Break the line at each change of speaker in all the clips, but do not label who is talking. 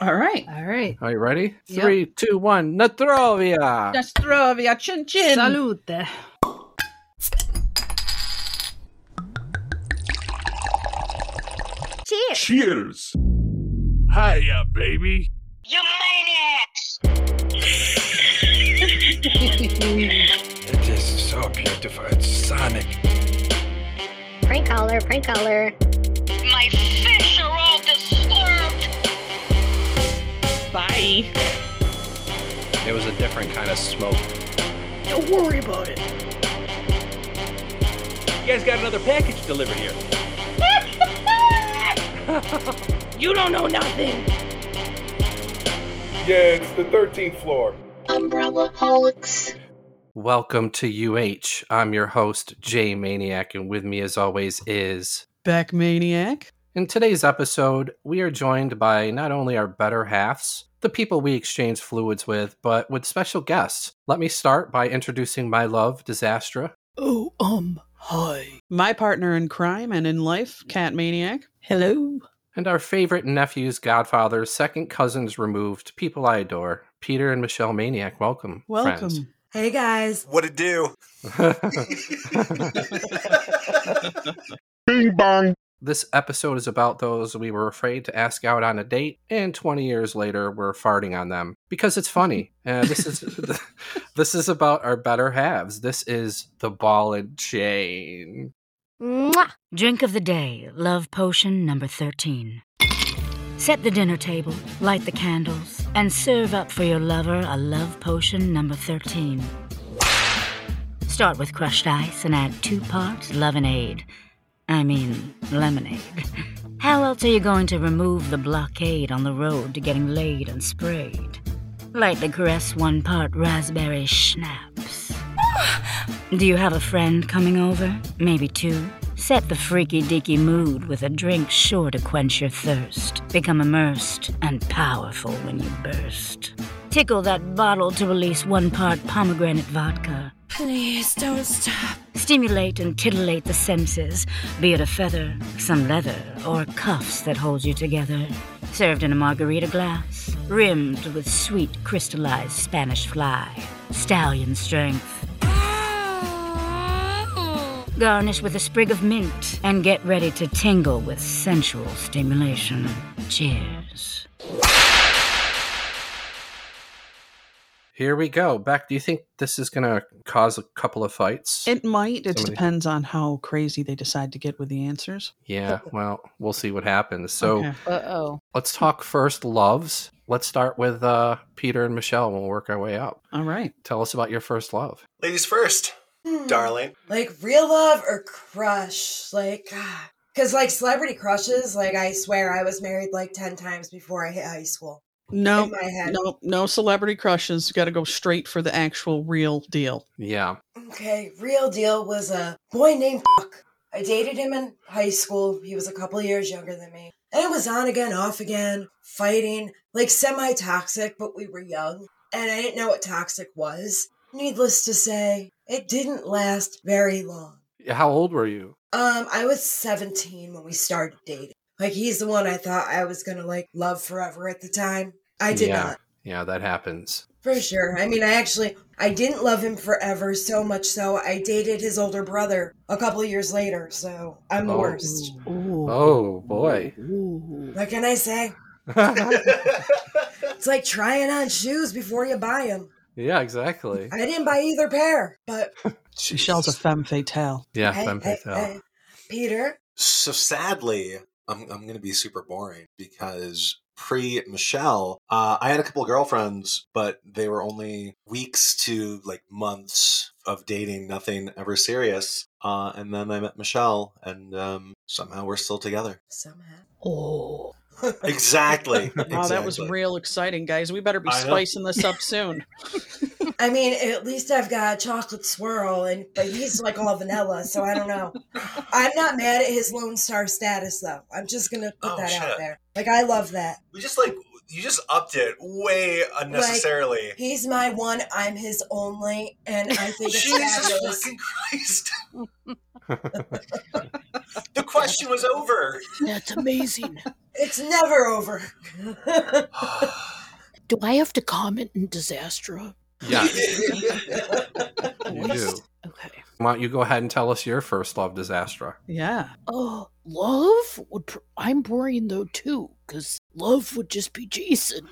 All right.
All right.
Are you ready?
Yep.
Three, two, one. Natrovia.
Just throw via chin chin.
Salute.
Cheers.
Cheers. Hiya, baby.
You maniacs!
It is so beautiful. It's sonic.
Prank caller, prank caller.
My fish are all disturbed!
Bye.
It was a different kind of smoke.
Don't worry about it.
You guys got another package delivered here.
you don't know nothing!
Yeah, it's the 13th floor.
Umbrella holics.
Welcome to UH. I'm your host, Jay Maniac, and with me, as always, is.
Back maniac.
In today's episode, we are joined by not only our better halves, the people we exchange fluids with, but with special guests. Let me start by introducing my love, Disastra.
Oh, um, hi. My partner in crime and in life, Cat Maniac. Hello.
and our favorite nephews, godfathers, second cousins removed, people I adore, Peter and Michelle Maniac. Welcome.
Welcome.
friends.
Hey guys.
What it do?
Bing bong.
this episode is about those we were afraid to ask out on a date, and 20 years later, we're farting on them because it's funny. Uh, this is this is about our better halves. This is the ball and chain.
Mwah.
Drink of the day, love potion number 13. Set the dinner table, light the candles, and serve up for your lover a love potion number 13. Start with crushed ice and add two parts lemonade. I mean, lemonade. How else are you going to remove the blockade on the road to getting laid and sprayed? Lightly caress one part raspberry schnapps. Do you have a friend coming over? Maybe two? Set the freaky deaky mood with a drink sure to quench your thirst. Become immersed and powerful when you burst. Tickle that bottle to release one part pomegranate vodka.
Please don't stop.
Stimulate and titillate the senses, be it a feather, some leather, or cuffs that hold you together. Served in a margarita glass, rimmed with sweet crystallized Spanish fly, stallion strength. Garnish with a sprig of mint and get ready to tingle with sensual stimulation. Cheers.
Here we go. Beck, do you think this is going to cause a couple of fights?
It might. It
Somebody-
depends on how crazy they decide to get with the answers.
yeah, well, we'll see what happens. So.
Okay.
Uh oh.
Let's talk first loves. Let's start with uh, Peter and Michelle. and We'll work our way up.
All right.
Tell us about your first love.
Ladies first, darling.
Like real love or crush? Like, because like celebrity crushes, like I swear I was married like 10 times before I hit high school.
No,
In my head.
no, no celebrity crushes. Got to go straight for the actual real deal.
Yeah.
Okay, real deal was a boy named Fuck. I dated him in high school. He was a couple years younger than me. And it was on again, off again, fighting, like semi toxic, but we were young. And I didn't know what toxic was. Needless to say, it didn't last very long.
How old were you?
Um, I was 17 when we started dating. Like, he's the one I thought I was gonna, like, love forever at the time. I did
Yeah.
not,
Yeah, that happens.
for sure. I mean, I actually, I didn't love him forever, so much so I dated his older brother a couple of years later, so I'm the
Oh.
worst.
Ooh.
Oh, boy. Oh.
What can I say? It's like trying on shoes before you buy them.
yeah, exactly.
I didn't buy either pair, but
Michelle's a femme fatale.
Yeah,
hey,
femme
hey,
fatale.
hey. Peter,
So sadly, I'm, I'm going to be super boring because pre Michelle, uh, I had a couple of girlfriends, but they were only weeks to like months of dating, nothing ever serious. Uh, and then I met Michelle, and um, somehow we're still together.
somehow.
Oh.
Exactly.
Wow, that was
Exactly.
real exciting, guys. We better be
I know.
spicing this up soon.
I mean, at least I've got chocolate swirl, and but he's like all vanilla, so I don't know. I'm not mad at his Lone Star status though. I'm just gonna put
Oh,
that out
shit.
there. Like I love that.
We just like, you just upped it way unnecessarily.
He's my one. I'm his only, and I think it's
Jesus
fabulous.
fucking Christ.
The question was over.
That's amazing.
It's never over.
Do I have to comment in Disaster?
Yeah, you do.
Okay.
Why don't you go ahead and tell us your first love, Disaster?
Yeah.
Oh, love would. Pr- I'm boring though too, because love would just be Jason.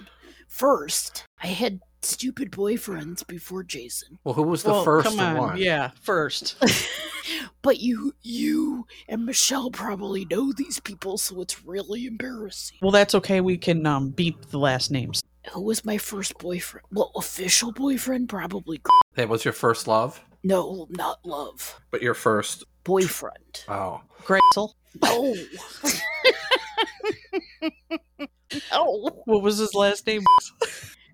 First, I had stupid boyfriends before Jason,
Well, who was the
Well,
first
come on.
one?
Yeah, first.
but you, you and Michelle probably know these people, so it's really embarrassing.
Well, that's okay. We can um, beep the last names.
Who was my first boyfriend? Well, official boyfriend, probably.
That was your first love,
No, not love.
but your first.
Boyfriend. Oh,
Oh,
Gretel.
No. no.
What was his last name?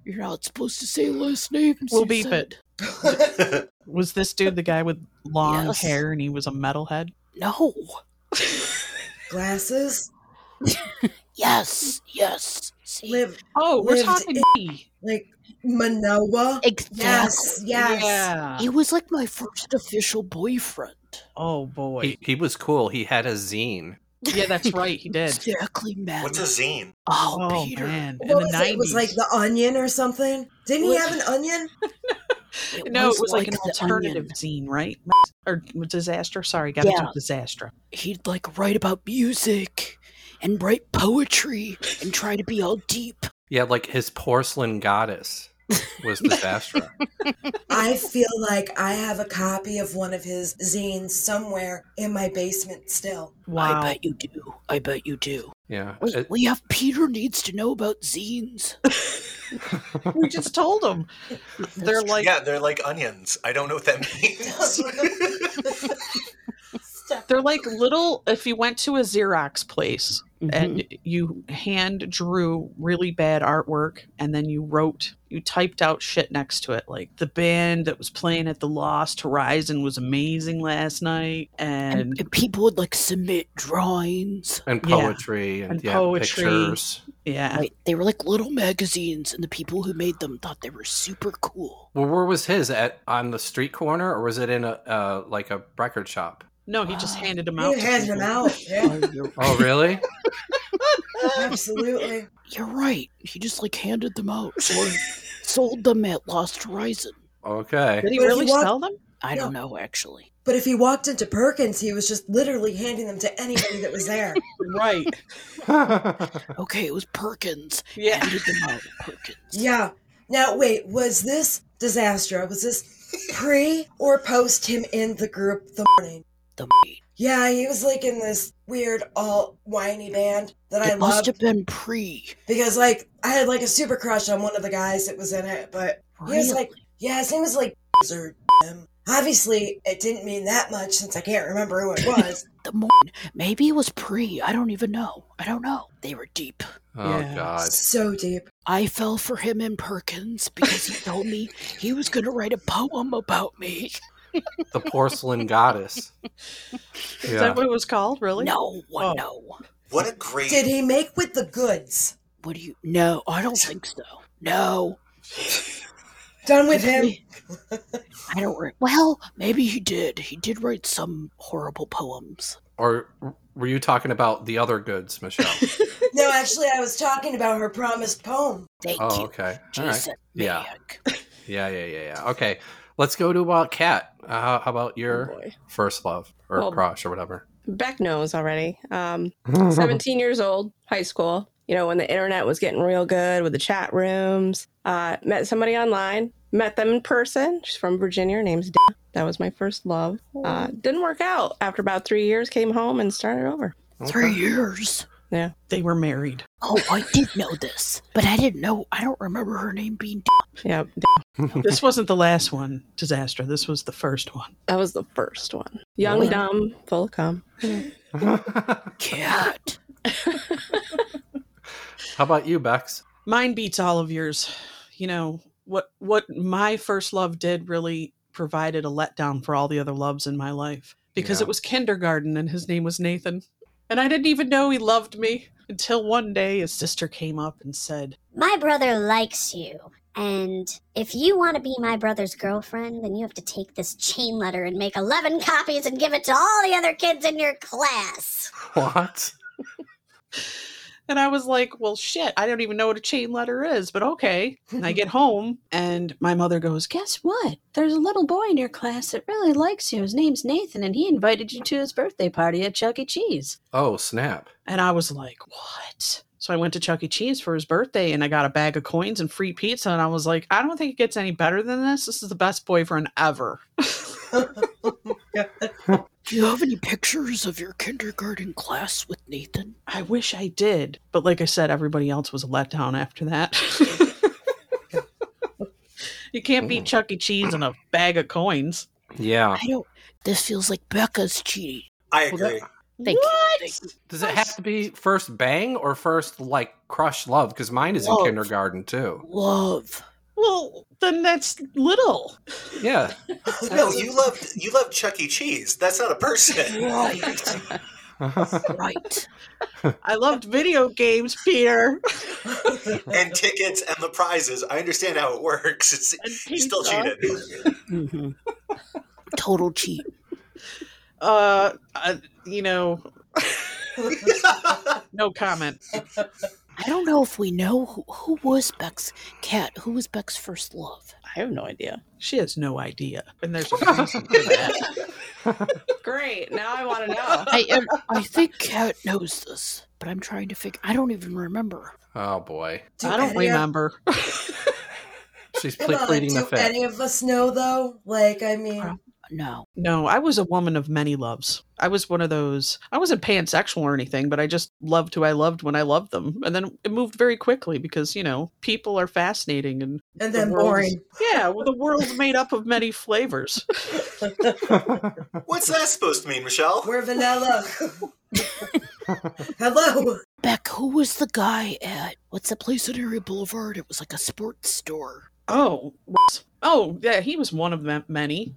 You're not supposed to say last names.
We'll
you
beep
said.
it. Was this dude the guy with long
Yes.
hair and he was a metalhead?
No.
Glasses
Yes. Yes. See?
live
Oh, we're
Lived
talking
in-
me.
like Manoa.
Exactly.
Yes, yes.
Yeah.
He was like my first official boyfriend.
Oh boy.
he, he was cool. He had a zine.
yeah, that's right. He did.
Exactly, man.
What's a zine?
oh,
Oh
Peter.
man. In
What
the
was it? It was like
nineties.
the onion or something. Didn't he
What?
have an onion?
No, it was like, an
the
alternative
Onion.
zine, right? Or disaster. Sorry, got
Yeah.
to do disaster.
He'd like write about music and write poetry and try to be all deep.
Yeah, like his porcelain goddess was Disaster.
I feel like I have a copy of one of his zines somewhere in my basement still.
Wow.
I bet you do. I bet you do.
yeah.
We,
It-
we have Peter needs to know about zines.
we just told him. They're like
yeah, they're like onions. I don't know what that means.
Stop.
they're like little if you went to a Xerox place
Mhm.
and
Mm-hmm.
you hand drew really bad artwork and then you wrote you typed out shit next to it like the band that was playing at the lost horizon was amazing last night
and,
and
and people would like submit drawings.
and
yeah.
poetry and,
And
yeah,
poetry.
pictures.
yeah
Right? They were like little magazines, and the people who made them thought they were super cool.
Well, where was his at on the street corner, or was it in a uh, like a record shop?
no he just
Wow.
handed them out
You
to
had him
people.
out. Yeah,
Oh, you're,
Oh, really?
absolutely.
you're right. He just like handed them out or sold them at Lost Horizon.
okay.
did he
But if
really
you want-
sell them
I don't know actually.
But if he walked into Perkins, he was just literally handing them to anybody that was there.
right
Okay, it was Perkins.
yeah
Handed them out at Perkins.
yeah. Now, wait, was this disaster? Was this pre or post him in the group the morning?
The
Yeah, he was like in this weird, all whiny band that I
it must
loved
have been pre.
because, like, I had like a super crush on one of the guys that was in it, but he was like, yeah, his name was like or him. Obviously, it didn't mean that much since I can't remember who it was.
the morn. Maybe it was pre. I don't even know. I don't know. They were deep.
Oh
Yeah.
God.
so deep.
I fell for him in Perkins because he told me he was going to write a poem about me.
The porcelain goddess.
is
Yeah.
that what it was called really
No,
Oh.
no.
what a great.
Did he make with the goods?
What do you? No, I don't think so. No.
Done with him.
I don't. Re- well, maybe he did. He did write some horrible poems.
Or were you talking about the other goods, Michelle?
No, actually, I was talking about her promised poem.
Thank
Oh,
you,
okay. All right.
Jason.
Yeah.
Maniac.
Yeah, yeah, yeah, yeah. Okay. Let's go to uh, Kat. Uh, how- how
Oh,
about your
boy.
first love or
Well,
crush or whatever?
Beck knows already. Um, 17 years old, high school, you know, when the internet was getting real good with the chat rooms. Uh, met somebody online, met them in person. She's from Virginia. Her name's Dana. That was my first love.
Oh.
Uh, didn't work out. After about three years, came home and started over.
Three years.
they were married
Oh, I did know this, but I didn't know. I don't remember her name being. D-
Yeah,
this wasn't the last one disaster this was the first one
that was the first one. Young,
Really?
dumb, full of cum.
Cat.
How about you, Bex?
mine beats all of yours you know what what my first love did really provided a letdown for all the other loves in my life because
Yeah.
it was kindergarten and his name was nathan and i didn't even know he loved me until one day his sister came up and said
My brother likes you.
And if you want to be my brother's girlfriend, then you have to take this chain letter and make 11 copies and give it to all the other kids in your class.
What?
And I was like, well, shit, I don't even know what a chain letter is, but okay. And I get home and my mother goes, guess what?
There's a little boy in your class that really likes you. His name's Nathan, and he invited you to his birthday party at Chuck E. Cheese.
Oh, snap.
And I was like, what? So I went to Chuck E. Cheese for his birthday and I got a bag of coins and free pizza. And I was like, I don't think it gets any better than this. This is the best boyfriend ever.
Do you have any pictures of your kindergarten class with Nathan?
I wish I did. But like I said, everybody else was a letdown after that. you can't
Mm.
beat Chuck E. Cheese and a bag of coins.
Yeah.
I don't. This feels like Becca's cheating.
I agree.
Thank
what?
you. Thank
Does it have to be first bang or first like crush love? Because mine is
Love.
in kindergarten too.
Love.
Well, then that's little.
Yeah.
No, you love you love Chuck E. Cheese. That's not a person.
right.
I loved video games, Peter.
and tickets and the prizes. I understand how it works. It's you still
pizza.
cheated.
Mm-hmm.
Total cheat.
Uh, I, you know, no comment.
I don't know if we know who, who was Beck's cat. Who was Beck's first love?
I have no idea.
She has no idea. And there's a reason for that.
Great. Now I want to know.
I
uh,
am, I think Cat knows this, but I'm trying to figure. I don't even remember.
Oh boy.
Do
I don't
any of-
remember.
She's
Come
ple-
on,
pleading
do
the fifth.
any of us know though? Like, I mean,
No.
No, I was a woman of many loves. I was one of those. I wasn't pansexual or anything, but I just loved who I loved when I loved them. And then it moved very quickly because, you know, people are fascinating and
and
the
then
world is-
boring.
Yeah, well, the world's made up of many flavors.
What's that supposed to mean, Michelle?
We're vanilla. Hello.
Beck, who was the guy at what's that place on Area Boulevard? It was like a sports store.
Oh, Ross. oh, yeah, he was one of them many,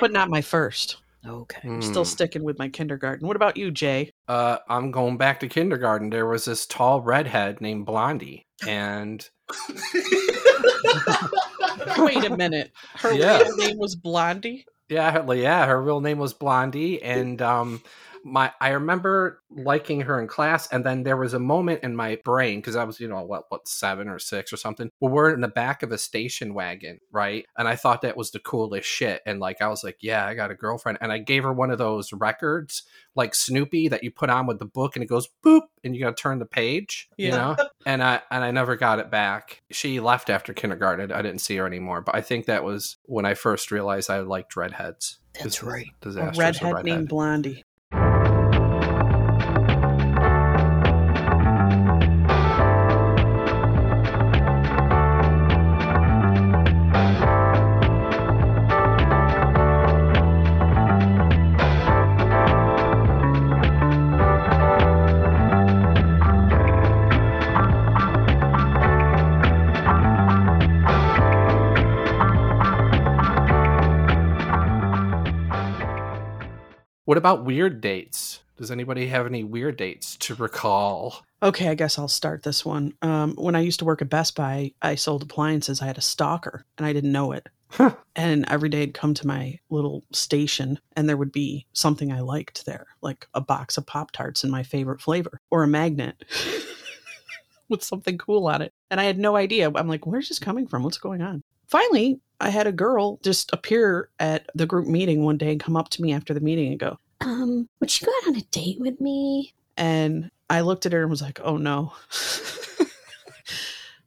but not my first.
Okay.
I'm still
Hmm.
sticking with my kindergarten. What about you, Jay?
uh, I'm going back to kindergarten. There was this tall redhead named Blondie, and
Wait a minute. Her
Yeah.
real name was Blondie.
Yeah, her, like, yeah, her real name was Blondie, and um, my I remember liking her in class, and then there was a moment in my brain because I was, you know, what what seven or six or something. Well, we're in the back of a station wagon, right? And I thought that was the coolest shit, and like I was like, yeah, I got a girlfriend, and I gave her one of those records like Snoopy that you put on with the book, and it goes boop, and you got to turn the page, you
Yeah.
know. And I and I never got it back. She left after kindergarten. I didn't see her anymore, but I think that was when I first realized I liked redheads.
That's right.
A
Disastrous
redhead,
redhead.
named Blondie.
What about weird dates? Does anybody have any weird dates to recall?
Okay, I guess I'll start this one. Um, when I used to work at Best Buy, I sold appliances. I had a stalker, and I didn't know it. And every day I'd come to my little station, and there would be something I liked there, like a box of Pop Tarts in my favorite flavor, or a magnet with something cool on it. And I had no idea. I'm like, where's this coming from? What's going on? Finally, I had a girl just appear at the group meeting one day and come up to me after the meeting and go,
Um, would you go out on a date with me?
and I looked at her and was like, "Oh no."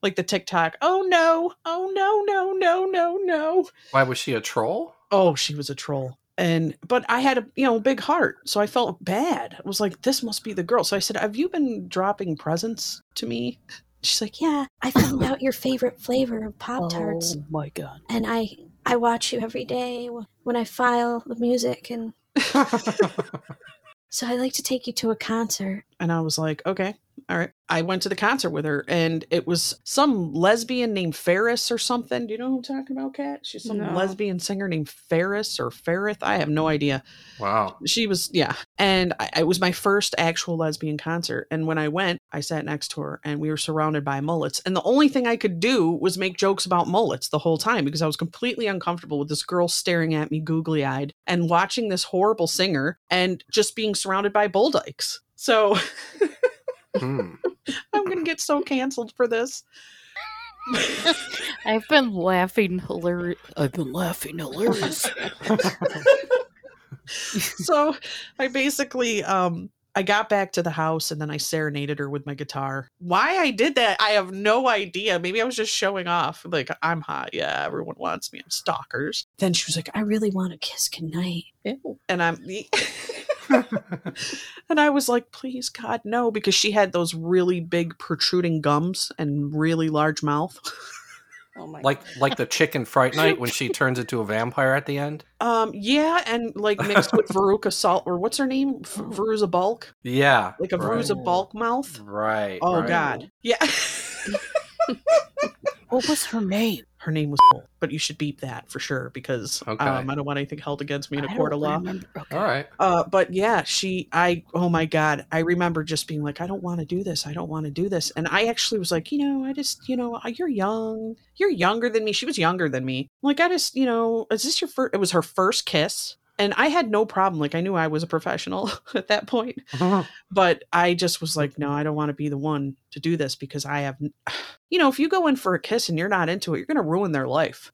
like the TikTok, "Oh no. Oh no, no, no, no, no."
Why was she a troll?
Oh, she was a troll. And but I had a, you know, big heart, so I felt bad. I was like, "This must be the girl." So I said, "Have you been dropping presents to me?" She's like,
Yeah, I found out your favorite flavor of Pop Tarts,
Oh my god.
and I I watch you every day wh- when I file the music, and so I like to take you to a concert.
and I was like, "Okay." All right. I went to the concert with her, and it was some lesbian named Ferris or something. Do you know who I'm talking about, Kat? She's some
No.
lesbian singer named Ferris or Ferrith. I have no idea.
Wow.
She was, yeah. And I, it was my first actual lesbian concert. And when I went, I sat next to her, and we were surrounded by mullets. And the only thing I could do was make jokes about mullets the whole time because I was completely uncomfortable with this girl staring at me googly eyed and watching this horrible singer and just being surrounded by bull dykes. So. I'm gonna get so canceled for this.
I've been laughing hilarious. I've been laughing hilarious.
so I basically um I got back to the house and then I serenaded her with my guitar. Why I did that, I have no idea. Maybe I was just showing off. Like, I'm hot. Yeah, everyone wants me. I'm stalkers. Then she was like, I really want to kiss goodnight. And I'm and I was like, please God, no, because she had those really big protruding gums and really large mouth. Oh
like like the chicken fright night when she turns into a vampire at the end.
Um, yeah, and like mixed with Veruca Salt or what's her name? F- Veruza Bulk,
Yeah,
like a
right.
Veruza Bulk mouth.
Right.
Oh
right.
God, yeah.
what was her name?
Her name was, but you should beep that for sure because
Okay.
um, I don't want anything held against me in a
I
court of
don't
law.
remember.
All right.
Uh, but yeah, she, I, oh my God, I remember just being like, I don't want to do this. I don't want to do this. And I actually was like, you know, I just, you know, you're young. You're younger than me. She was younger than me. Like, I just, you know, is this your first? It was her first kiss. And I had no problem. Like, I knew I was a professional at that point. But I just was like, no, I don't want to be the one to do this because I have, you know, if you go in for a kiss and you're not into it, you're going to ruin their life.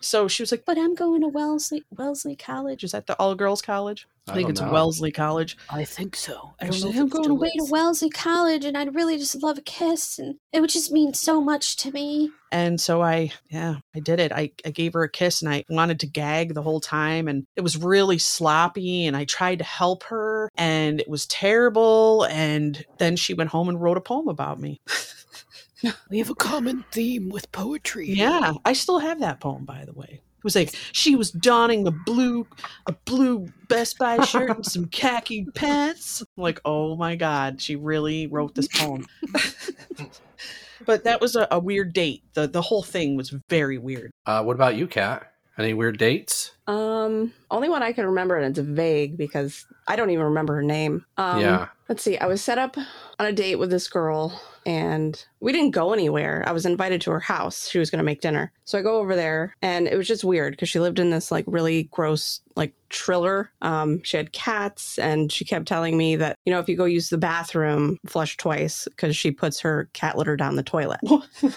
So she was like, but I'm going to Wellesley, Wellesley College. Is that the all girls college? I,
I
think
don't
it's
know.
Wellesley College.
I think so. I don't
She's
know.
like,
if
I'm
it's
going
still
away
is.
to
Wellesley College, and I'd really just love a kiss, and it would just mean so much to me.
And so I, yeah, I did it. I, I gave her a kiss and I wanted to gag the whole time. And it was really sloppy. And I tried to help her and it was terrible. And then she went home and wrote a poem about me.
We have a common theme with poetry.
Yeah, I still have that poem, by the way. It was like she was donning a blue, a blue Best Buy shirt and some khaki pants. I'm like, oh my god, she really wrote this poem. but that was a, a weird date. the The whole thing was very weird.
Uh, what about you, Kat? Any weird dates?
Um, only one I can remember, and it's vague because I don't even remember her name. Um,
Yeah.
Let's see. I was set up on a date with this girl, and we didn't go anywhere. I was invited to her house. She was going to make dinner, so I go over there, and it was just weird because she lived in this like really gross like triller. Um, she had cats, and she kept telling me that you know if you go use the bathroom, flush twice because she puts her cat litter down the toilet.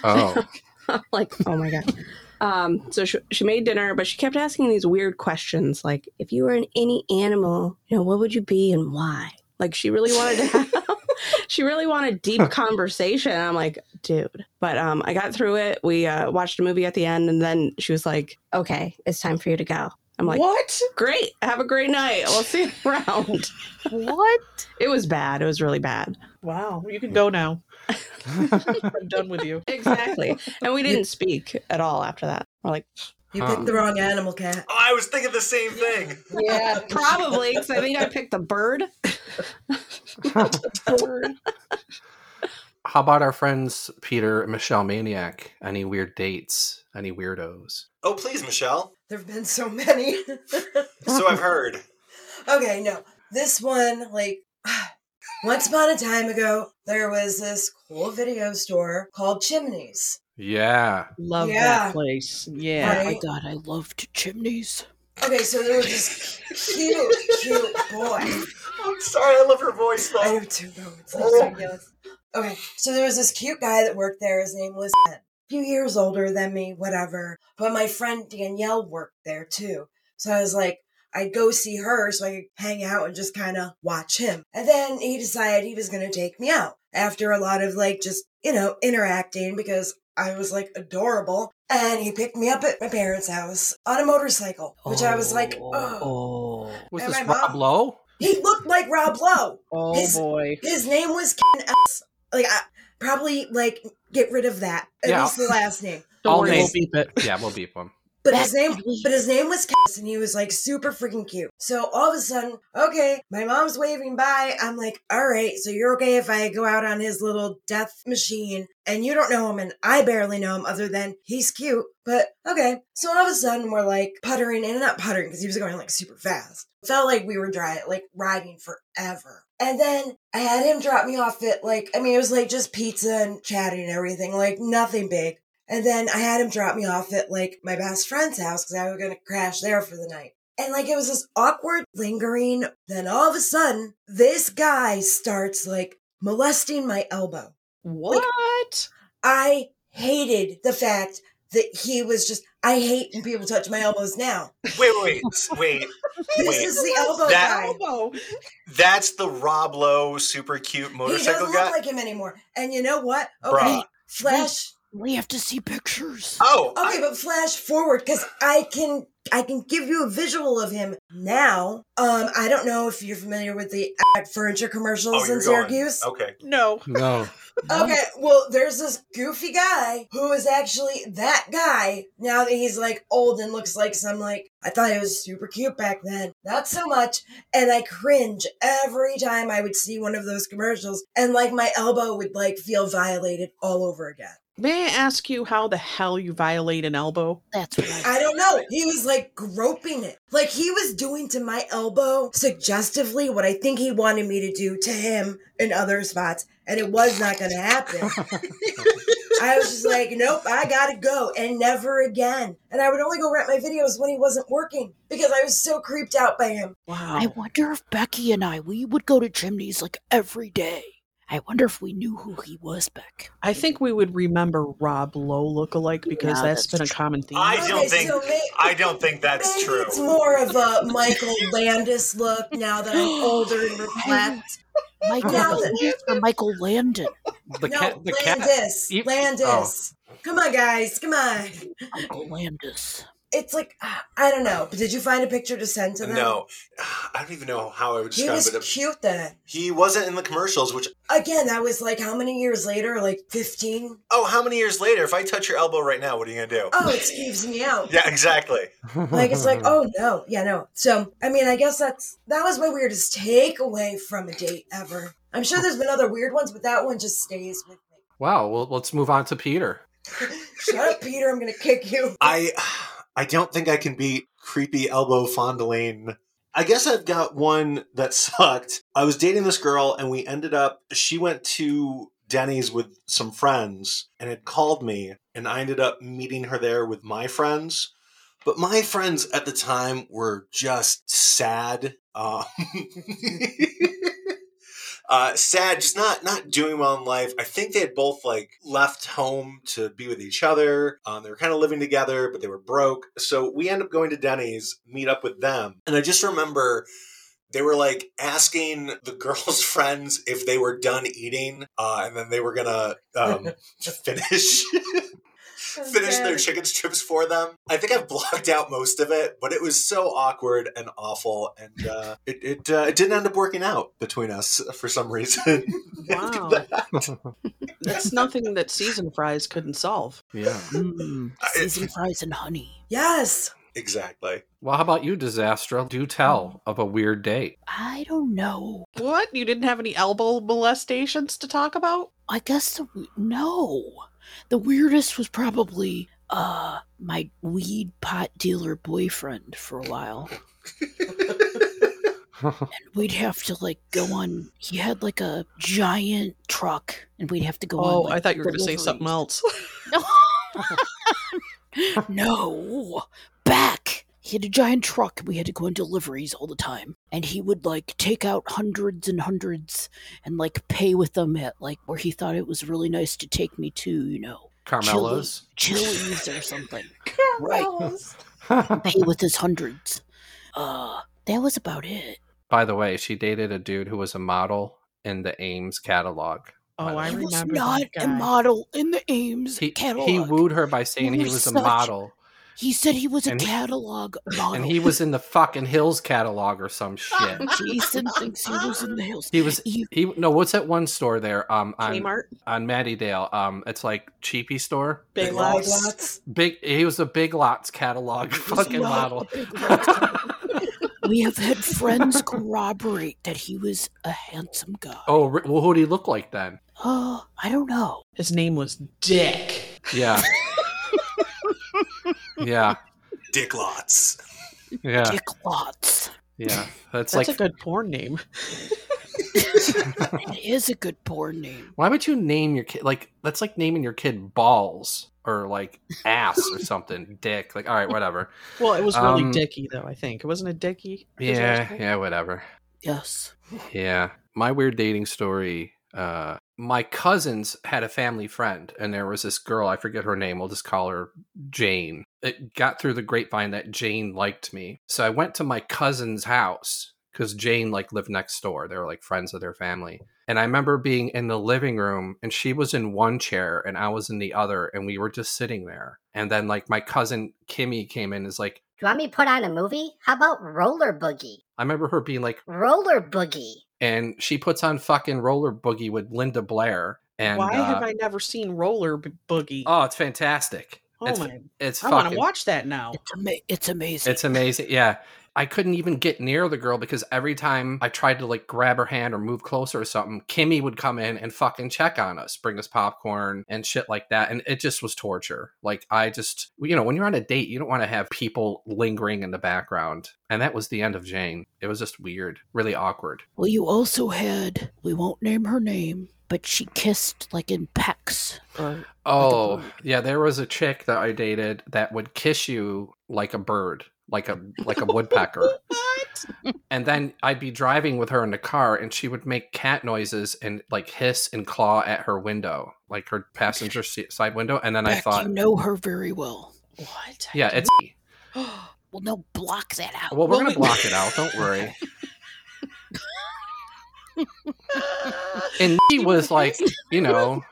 Oh.
I'm like, oh my god. Um, so she, she made dinner, but she kept asking these weird questions, like if you were an, any animal, you know, what would you be and why? Like she really wanted to have, she really wanted deep conversation. And I'm like, dude. But um, I got through it. We uh, watched a movie at the end, and then she was like, okay, it's time for you to go. I'm like,
what?
Great. Have a great night. We'll see you around.
what?
It was bad. It was really bad.
Wow, you can go now. I'm done with you.
Exactly. And we didn't speak at all after that. We're like,
You picked the wrong animal, cat.
Oh, I was thinking the same thing.
Yeah, probably because I think I picked the bird.
How about our friends Peter and Michelle Maniac? Any weird dates? Any weirdos?
Oh, please, Michelle.
There have been so many.
So I've heard.
Okay, no. This one, like, once upon a time ago, there was this cool video store called Chimneys.
Yeah.
Love
Yeah.
that place.
Oh
Yeah.
my god, I loved chimneys.
Okay, so there was this cute, cute boy.
I'm sorry, I love her voice though. Oh. I
do too, though. It's so ridiculous. Okay, so there was this cute guy that worked there. His name was Ben. A few years older than me, whatever. But my friend Danielle worked there too. So I was like, I'd go see her so I could hang out and just kind of watch him. And then he decided he was going to take me out after a lot of like just, you know, interacting because I was like adorable. And he picked me up at my parents' house on a motorcycle, which I was like, oh.
Oh. Was
And
this
my mom-
Rob Lowe?
He looked like Rob Lowe.
Oh boy.
His name was Ken S. Like I, probably like get rid of that. At
Yeah.
least the last name.
Don't worry, we'll
names-
beep it.
Yeah, we'll beep them.
But his name, but his name was Cass, and he was like super freaking cute. So all of a sudden, okay, my mom's waving by. I'm like, all right, so you're okay if I go out on his little death machine, and you don't know him, and I barely know him, other than he's cute. But okay, so all of a sudden we're like puttering in and not puttering because he was going like super fast. Felt like we were dry, like riding forever. And then I had him drop me off at like, I mean, it was like just pizza and chatting and everything, like nothing big. And then I had him drop me off at like my best friend's house because I was going to crash there for the night. And like it was this awkward lingering. Then all of a sudden, this guy starts like molesting my elbow. What? I hated the fact that he was just, I hate when people touch my elbows now.
Wait, wait, wait, wait.
This is the elbow
That-
guy.
That's the Rob Lowe super cute
He doesn't
motorcycle
look
guy.
like him anymore. And you know what? Okay,
Bruh.
flash.
We have to see pictures.
Oh,
okay, but flash forward because I can I can give you a visual of him now. Um, I don't know if you're familiar with the furniture commercials in Syracuse.
Oh, Okay.
No.
No.
Okay, well, there's this goofy guy who is actually that guy now that he's like old and looks like some like I thought he was super cute back then. Not so much, and I cringe every time I would see one of those commercials, and like my elbow would like feel violated all over again.
May I ask you how the hell you violate an elbow?
That's right.
I don't know. He was like groping it. Like he was doing to my elbow suggestively what I think he wanted me to do to him in other spots. And it was not going to happen. I was just like, nope, I got to go. And never again. And I would only go rent my videos when he wasn't working because I was so creeped out by him.
Wow.
I wonder if Becky and I, we would go to chimneys like every day. I wonder if we knew who he was back.
I think we would remember Rob Lowe lookalike because
Yeah,
that's been a common theme.
I don't
Okay,
think
so may-
I don't think that's true.
It's more of a Michael Landis look now that I'm older and reflect.
Michael,
Now
the
that-
lead for Michael Landon.
The
no,
cat. e-, oh. The cat.
Landis. Landis. Come on, guys. Come on.
Michael Landis.
It's like, ah, I don't know. But did you find a picture to send to them?
No, I don't even know how I would
He
describe
was
it.
cute then.
He wasn't in the commercials, which
Again, that was like how many years later? Like 15?
oh, how many years later? If I touch your elbow right now, what are you gonna do?
Oh, it skeeves me out.
Yeah, exactly.
Like, it's like, oh no. Yeah, no. So, I mean, I guess that's, that was my weirdest takeaway from a date ever. I'm sure there's been other weird ones, but that one just stays with me.
Wow. Well, let's move on to Peter.
Shut up, Peter. I'm going to kick you.
I I don't think I can beat creepy elbow fondling. I guess I've got one that sucked. I was dating this girl and we ended up she went to Denny's with some friends and had called me and I ended up meeting her there with my friends. But my friends at the time were just sad. Um, uh, sad, just not not doing well in life. I think they had both like left home to be with each other. Um, they were kind of living together, but they were broke. So we end up going to Denny's, meet up with them, and I just remember they were like asking the girl's friends if they were done eating, uh, and then they were gonna um, finish. finish their chicken strips for them. I think I've blocked out most of it, but it was so awkward and awful, and uh, it it, uh, it didn't end up working out between us for some reason.
Wow. that's nothing that season fries couldn't solve.
Yeah.
Season fries and honey.
Yes.
exactly.
Well, how about you, Disaster? Do tell of a weird date.
I don't know.
What? You didn't have any elbow molestations to talk about?
I guess the no. The weirdest was probably uh my weed pot dealer boyfriend for a while. and we'd have to like go on he had like a giant truck and we'd have to go on
oh,
like,
I thought you were going to say
deliveries.
something else.
no, back. He had a giant truck. and We had to go on deliveries all the time, and he would like take out hundreds and hundreds, and like pay with them at like where he thought it was really nice to take me to, you know,
Carmelo's?
Chili- Chili's or something, right? pay with his hundreds. Uh, that was about it.
By the way, she dated a dude who was a model in the Ames catalog.
Oh, I
He was
remember
not
that guy.
a model in the Ames
He,
catalog.
he wooed her by saying
You
he
were
was a
such-
model.
He said he was a
And he-
catalog model. Ah,
and he was in the fucking Hills catalog or some shit.
Jason thinks he was in the hills.
He was he no. What's that one store there? Um, on
Kmart?
on Mattydale. Um, it's like cheapy store.
Big Big Lots. Lots.
Big. He was a Big Lots catalog fucking
not
model.
we have had friends corroborate that he was a handsome guy.
Oh, re- well, who did he look like then?
Oh, I don't know.
His name was Dick.
Yeah. yeah.
Dick Lots.
Yeah.
Dick Lots.
Yeah. That's,
That's
like.
a good porn name.
It is a good porn name.
why would you name your kid like? That's like naming your kid balls or like ass or something. Dick. Like all right, whatever.
Well, it was really
Um,
Dicky though. I think it wasn't a Dicky.
Yeah. Yeah. Whatever.
Yes.
Yeah. My weird dating story. Uh, my cousins had a family friend, and there was this girl. I forget her name. We'll just call her Jane. It got through the grapevine that Jane liked me. So I went to my cousin's house because Jane like lived next door. They were like friends of their family. And I remember being in the living room and she was in one chair and I was in the other and we were just sitting there. And then like my cousin Kimmy came in and is like,
you want me to put on a movie? How about Roller Boogie?
I remember her being like,
Roller Boogie.
and she puts on fucking roller boogie with Linda Blair. And
Why
uh,
have I never seen Roller B- Boogie?
Oh, it's fantastic.
Oh
it's,
my-
It's
I want to
fucking-
watch that now.
It's, ama- it's
Oh.
amazing.
It's amazing. Yeah. I couldn't even get near the girl because every time I tried to like grab her hand or move closer or something, Kimmy would come in and fucking check on us, bring us popcorn and shit like that. And it just was torture. Like, I just, you know, when you're on a date, you don't want to have people lingering in the background. And that was the end of Jane. It was just weird, really awkward.
Well, you also had, we won't name her name, but she kissed like in pecks. Or,
Oh, yeah, there was a chick that I dated that would kiss you like a bird, like a like a woodpecker. And then I'd be driving with her in the car and she would make cat noises and like hiss and claw at her window, like her passenger se- side window, and then I
Beck,
thought,
you know her very well.
yeah, it's
Well, no, block that out.
well, we're going to block it out, don't worry. and she was like, you know,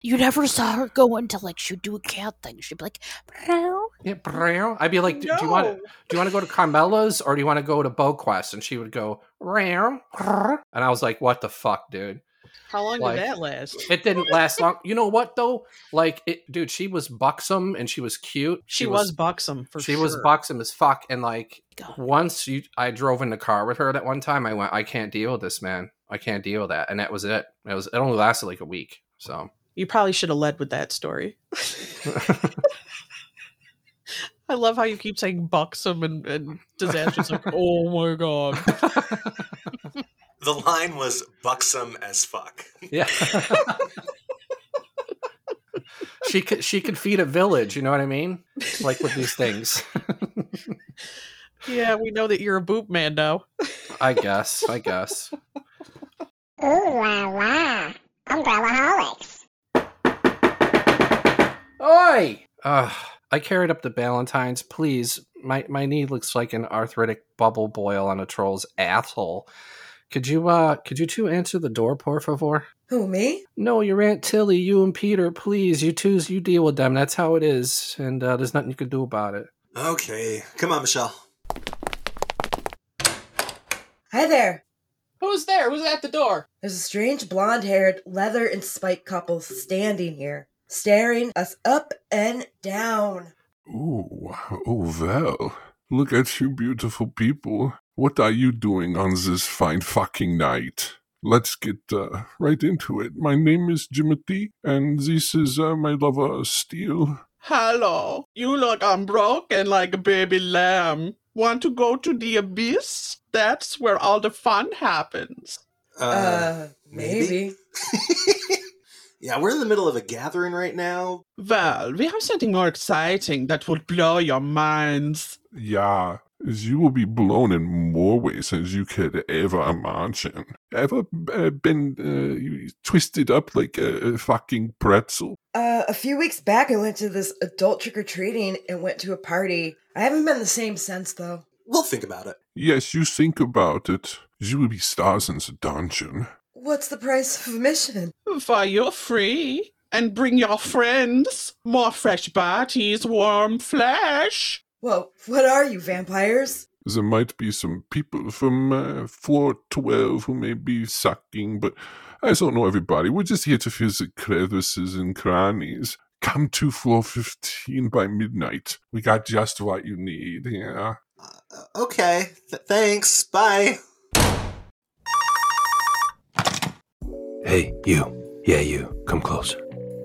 You never saw her go until like she'd do a cat thing. She'd be like, "Bro,
Yeah, bro. I'd be like, do, do you want do you want to go to Carmela's or do you want to go to BoQuest? And she would go, "Meow, meow." and I was like, what the fuck, dude?
How long
Like-
did that last?
It didn't last long. You know what though? Like, it, dude, she was buxom and she was cute.
She was buxom, for
she was
sure.
buxom as fuck. And like, once you, I drove in the car with her that one time. I went, I can't deal with this, man. I can't deal with that. And that was it. It was. It only lasted like a week. So
You probably should have led with that story. I love how you keep saying buxom and, and disastrous. like, oh my god.
The line was buxom as fuck.
Yeah. she could she could feed a village, you know what I mean? Like with these things.
Yeah, we know that you're a boob man now.
I guess. I guess.
Ooh
Uh.
la la. Umbrellaholics.
Oi! Uh, I carried up the Ballantines. Please, my my knee looks like an arthritic bubble boil on a troll's asshole. Could you uh could you two answer the door, por favor?
Who, me?
No, your Aunt Tilly, you and Peter, please, you twos, you deal with them. That's how it is, and uh, there's nothing you can do about it.
Okay, come on, Michelle.
Hi there.
Who's there? Who's at the door?
There's a strange blonde haired, leather and spike couple standing here, staring us up and down.
Ooh, oh well. Look at you beautiful people. What are you doing on this fine fucking night? Let's get uh, right into it. My name is Jimothy, and this is uh, my lover, Steele.
Hello. You look unbroken like a baby lamb. Want to go to the abyss? That's where all the fun happens.
Uh, yeah, we're in the middle of a gathering right now.
Well, we have something more exciting that would blow your minds.
Yeah, as you will be blown in more ways than you could ever imagine. Ever uh, been uh, twisted up like a a fucking pretzel?
Uh, a few weeks back, I went to this adult trick or treating and went to a party. I haven't been the same since, though.
We'll think about it.
Yes, you think about it. You will be stars in the dungeon.
What's the price of admission?
For you're free. and bring your friends more fresh bodies, warm flesh.
Well, what are you, vampires?
There might be some people from uh, floor 12 who may be sucking, but I don't know everybody. We're just here to visit crevices and crannies. Come to floor 15 by midnight. We got just what you need, yeah.
Uh, Okay, th- thanks. Bye.
Hey, you. Yeah, you. Come closer.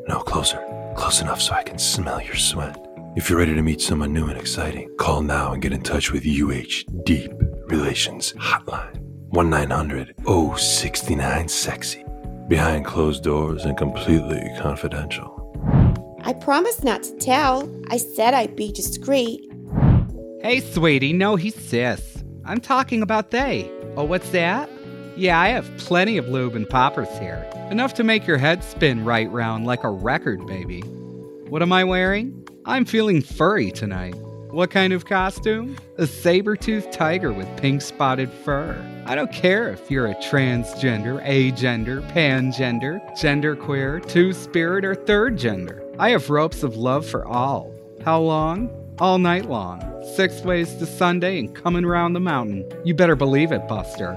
No, closer. Close enough so I can smell your sweat. If you're ready to meet someone new and exciting, call now and get in touch with UH Deep Relations Hotline 1 900 069 Sexy. Behind closed doors and completely confidential.
I promised not to tell. I said I'd be discreet.
Hey, sweetie, no, he's cis. I'm talking about they. Oh, what's that? Yeah, I have plenty of lube and poppers here. Enough to make your head spin right round like a record, baby. What am I wearing? I'm feeling furry tonight. What kind of costume? A saber toothed tiger with pink spotted fur. I don't care if you're a transgender, agender, pangender, genderqueer, two spirit, or third gender. I have ropes of love for all. How long? All night long. Six ways to Sunday and coming round the mountain. You better believe it, Buster.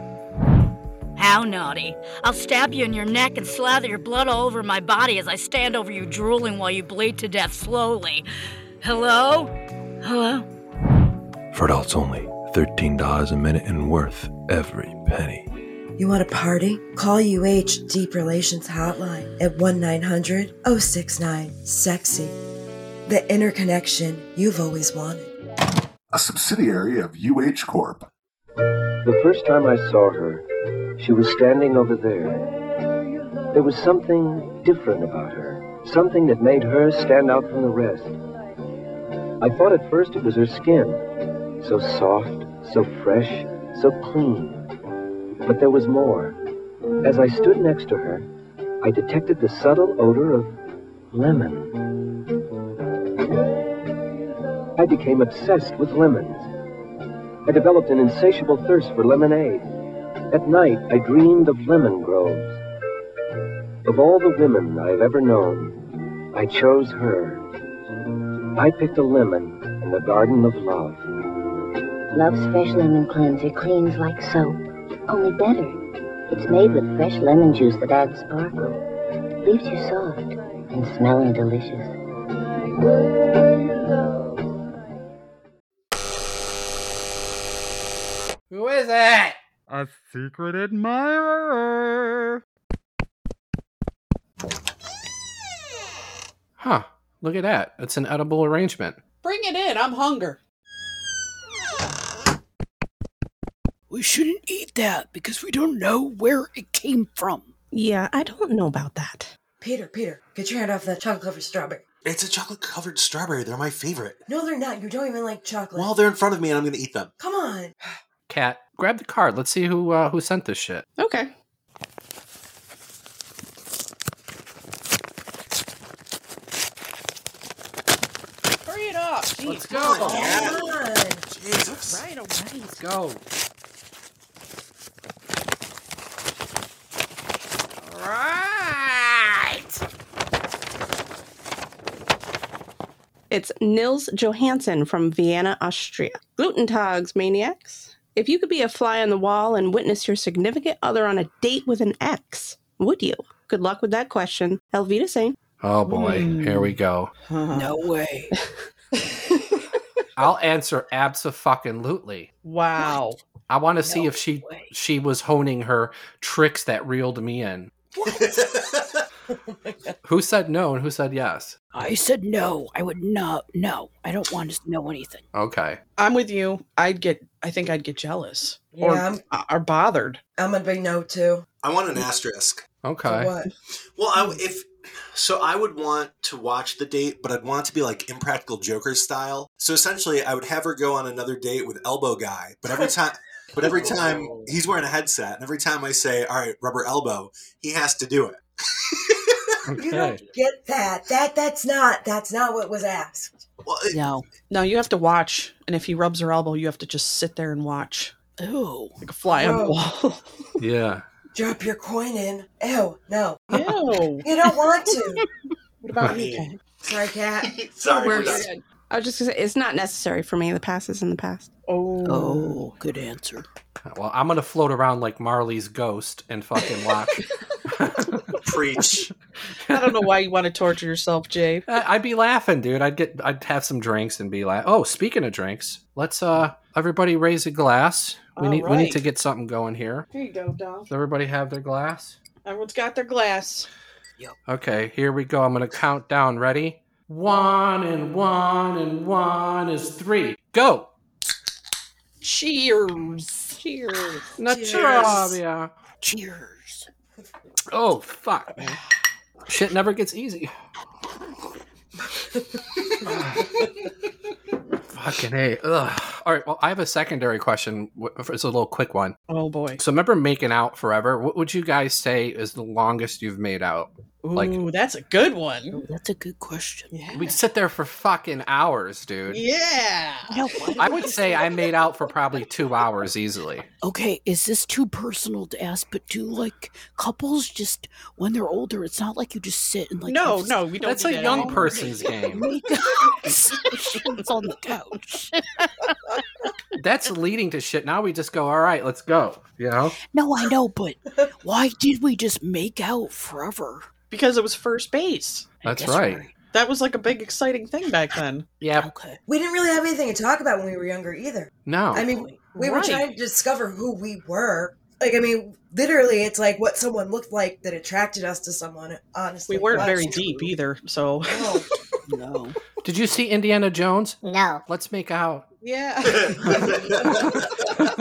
How naughty. I'll stab you in your neck and slather your blood all over my body as I stand over you drooling while you bleed to death slowly. Hello? Hello?
For adults only, $13 a minute and worth every penny.
You want a party? Call UH Deep Relations Hotline at 1 900 069 SEXY. The interconnection you've always wanted.
a subsidiary of UH Corp.
The first time I saw her, she was standing over there. There was something different about her, something that made her stand out from the rest. I thought at first it was her skin, so soft, so fresh, so clean. But there was more. As I stood next to her, I detected the subtle odor of lemon. I became obsessed with lemons. I developed an insatiable thirst for lemonade. At night, I dreamed of lemon groves. Of all the women I've ever known, I chose her. I picked a lemon in the garden of love.
Love's Fresh Lemon Cleanser cleans like soap, only better. It's made with fresh lemon juice that adds sparkle, leaves you soft, and smelling delicious.
Who is it?
A secret admirer.
Huh. Look at that. It's an edible arrangement.
Bring it in. I'm hunger.
We shouldn't eat that because we don't know where it came from.
Yeah, I don't know about that.
Peter, Peter, get your hand off that chocolate covered strawberry.
It's a chocolate covered strawberry. They're my favorite.
No, they're not. You don't even like chocolate.
Well, they're in front of me and I'm going to eat them.
Come on.
Cat, grab the card. Let's see who uh, who sent this shit.
Okay.
Hurry it up. Jeez.
Let's go. Come on, Cat.
Jesus. Right away.
Let's go.
It's Nils Johansen from Vienna, Austria. Gluten togs, maniacs. If you could be a fly on the wall and witness your significant other on a date with an ex, would you? Good luck with that question. Elvita Saint.
Oh boy,
Hmm.
here we go.
No way.
I'll answer abso-fucking-lutely.
Wow.
I want to see if she she was honing her tricks that reeled me in. who said no and who said yes?
I said no. I would not. No, I don't want to know anything.
Okay.
I'm with you. I'd get. I think I'd get jealous or
Yeah,
are bothered.
I'm a big no too.
I want an asterisk.
Okay.
What?
Well,
Hmm.
I, if so, I would want to watch the date, but I'd want it to be like Impractical Joker style. So essentially, I would have her go on another date with Elbow Guy, but every time. But every time he's wearing a headset, and every time I say, "All right, rubber elbow," he has to do it.
You don't get that. That that's not that's not what was asked.
No, no, you have to watch, and if he rubs her elbow, you have to just sit there and watch.
Ew.
Like a fly on the
Bro.
wall.
Yeah.
Drop your coin in. Ew, no.
Ew.
You don't want to. about me. Sorry, Kat.
Sorry, we're good. I was just gonna say it's not necessary for me. The past is in the past.
Oh, good answer.
Well, I'm gonna float around like Marley's ghost and fucking watch.
Preach.
I don't know why you want to torture yourself, Jay.
I'd be laughing, dude. I'd get, I'd have some drinks and be like, oh, speaking of drinks, let's uh, everybody raise a glass. We
All
need, we need
right.
to get something going here.
Here you go, Dom.
Does everybody have their glass?
Everyone's got their glass.
Okay, here we go. I'm gonna count down. Ready? One and one and one is three. Go.
Cheers. Cheers.
Not
Cheers.
Cheers. Oh fuck, man. Shit never gets easy. Fucking hey. Ugh. All right. Well, I have a secondary question. Wh- It's a little quick one.
Oh boy.
So remember making out forever. What would you guys say is the longest you've made out?
Ooh,
Like
that's a good one.
That's a good question.
Yeah.
we'd sit there for fucking hours, dude.
Yeah.
I would say I made out for probably two hours easily.
Okay, is this too personal to ask? But do like couples just when they're older? It's not like you just sit and like
No,
have
no, we don't
That's
do
a
that
young
anymore.
person's game.
sessions on the couch.
That's leading to shit. Now we just go. All right, let's go. You know.
No, I know, Oh, but why did we just make out forever?
Because it was first base.
That's right.
That was like a big exciting thing back then.
Yeah.
We didn't really have anything to talk about when we were younger either.
No.
I mean, we were
Right.
trying to discover who we were. Like, I mean, literally, it's like what someone looked like that attracted us to someone, honestly.
We weren't
That's
very
true.
deep either, so
No.
Did you see Indiana Jones?
No.
Let's make out.
Yeah.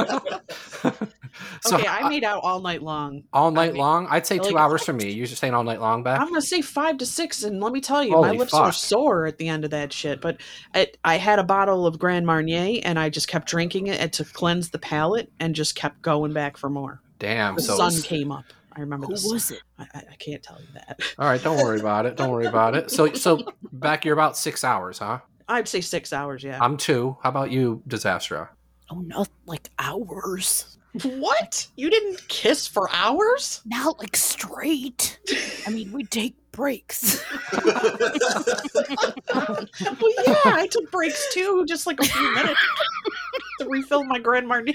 So
okay, I made out all night long.
all night long. I'd say
Like-
two hours for me. You're just saying all night long, Beth.
I'm gonna say five to six, and let me tell you, my
Holy
lips
fuck.
were sore at the end of that shit. But I, I had a bottle of Grand Marnier, and I just kept drinking it to cleanse the palate, and just kept going back for more.
Damn.
the
so
sun came up. I remember.
Who
the sun.
was it?
I, I I can't tell you that.
All right, don't worry about it. Don't worry about it. So, so back, you're about six hours, huh?
I'd say six hours. Yeah.
I'm two. How about you, Disastra?
Oh, not like hours.
what? You didn't kiss for hours?
Not like straight. I mean, we take breaks.
well, yeah, I took breaks too, just like a few minutes to refill my Grand Marnier.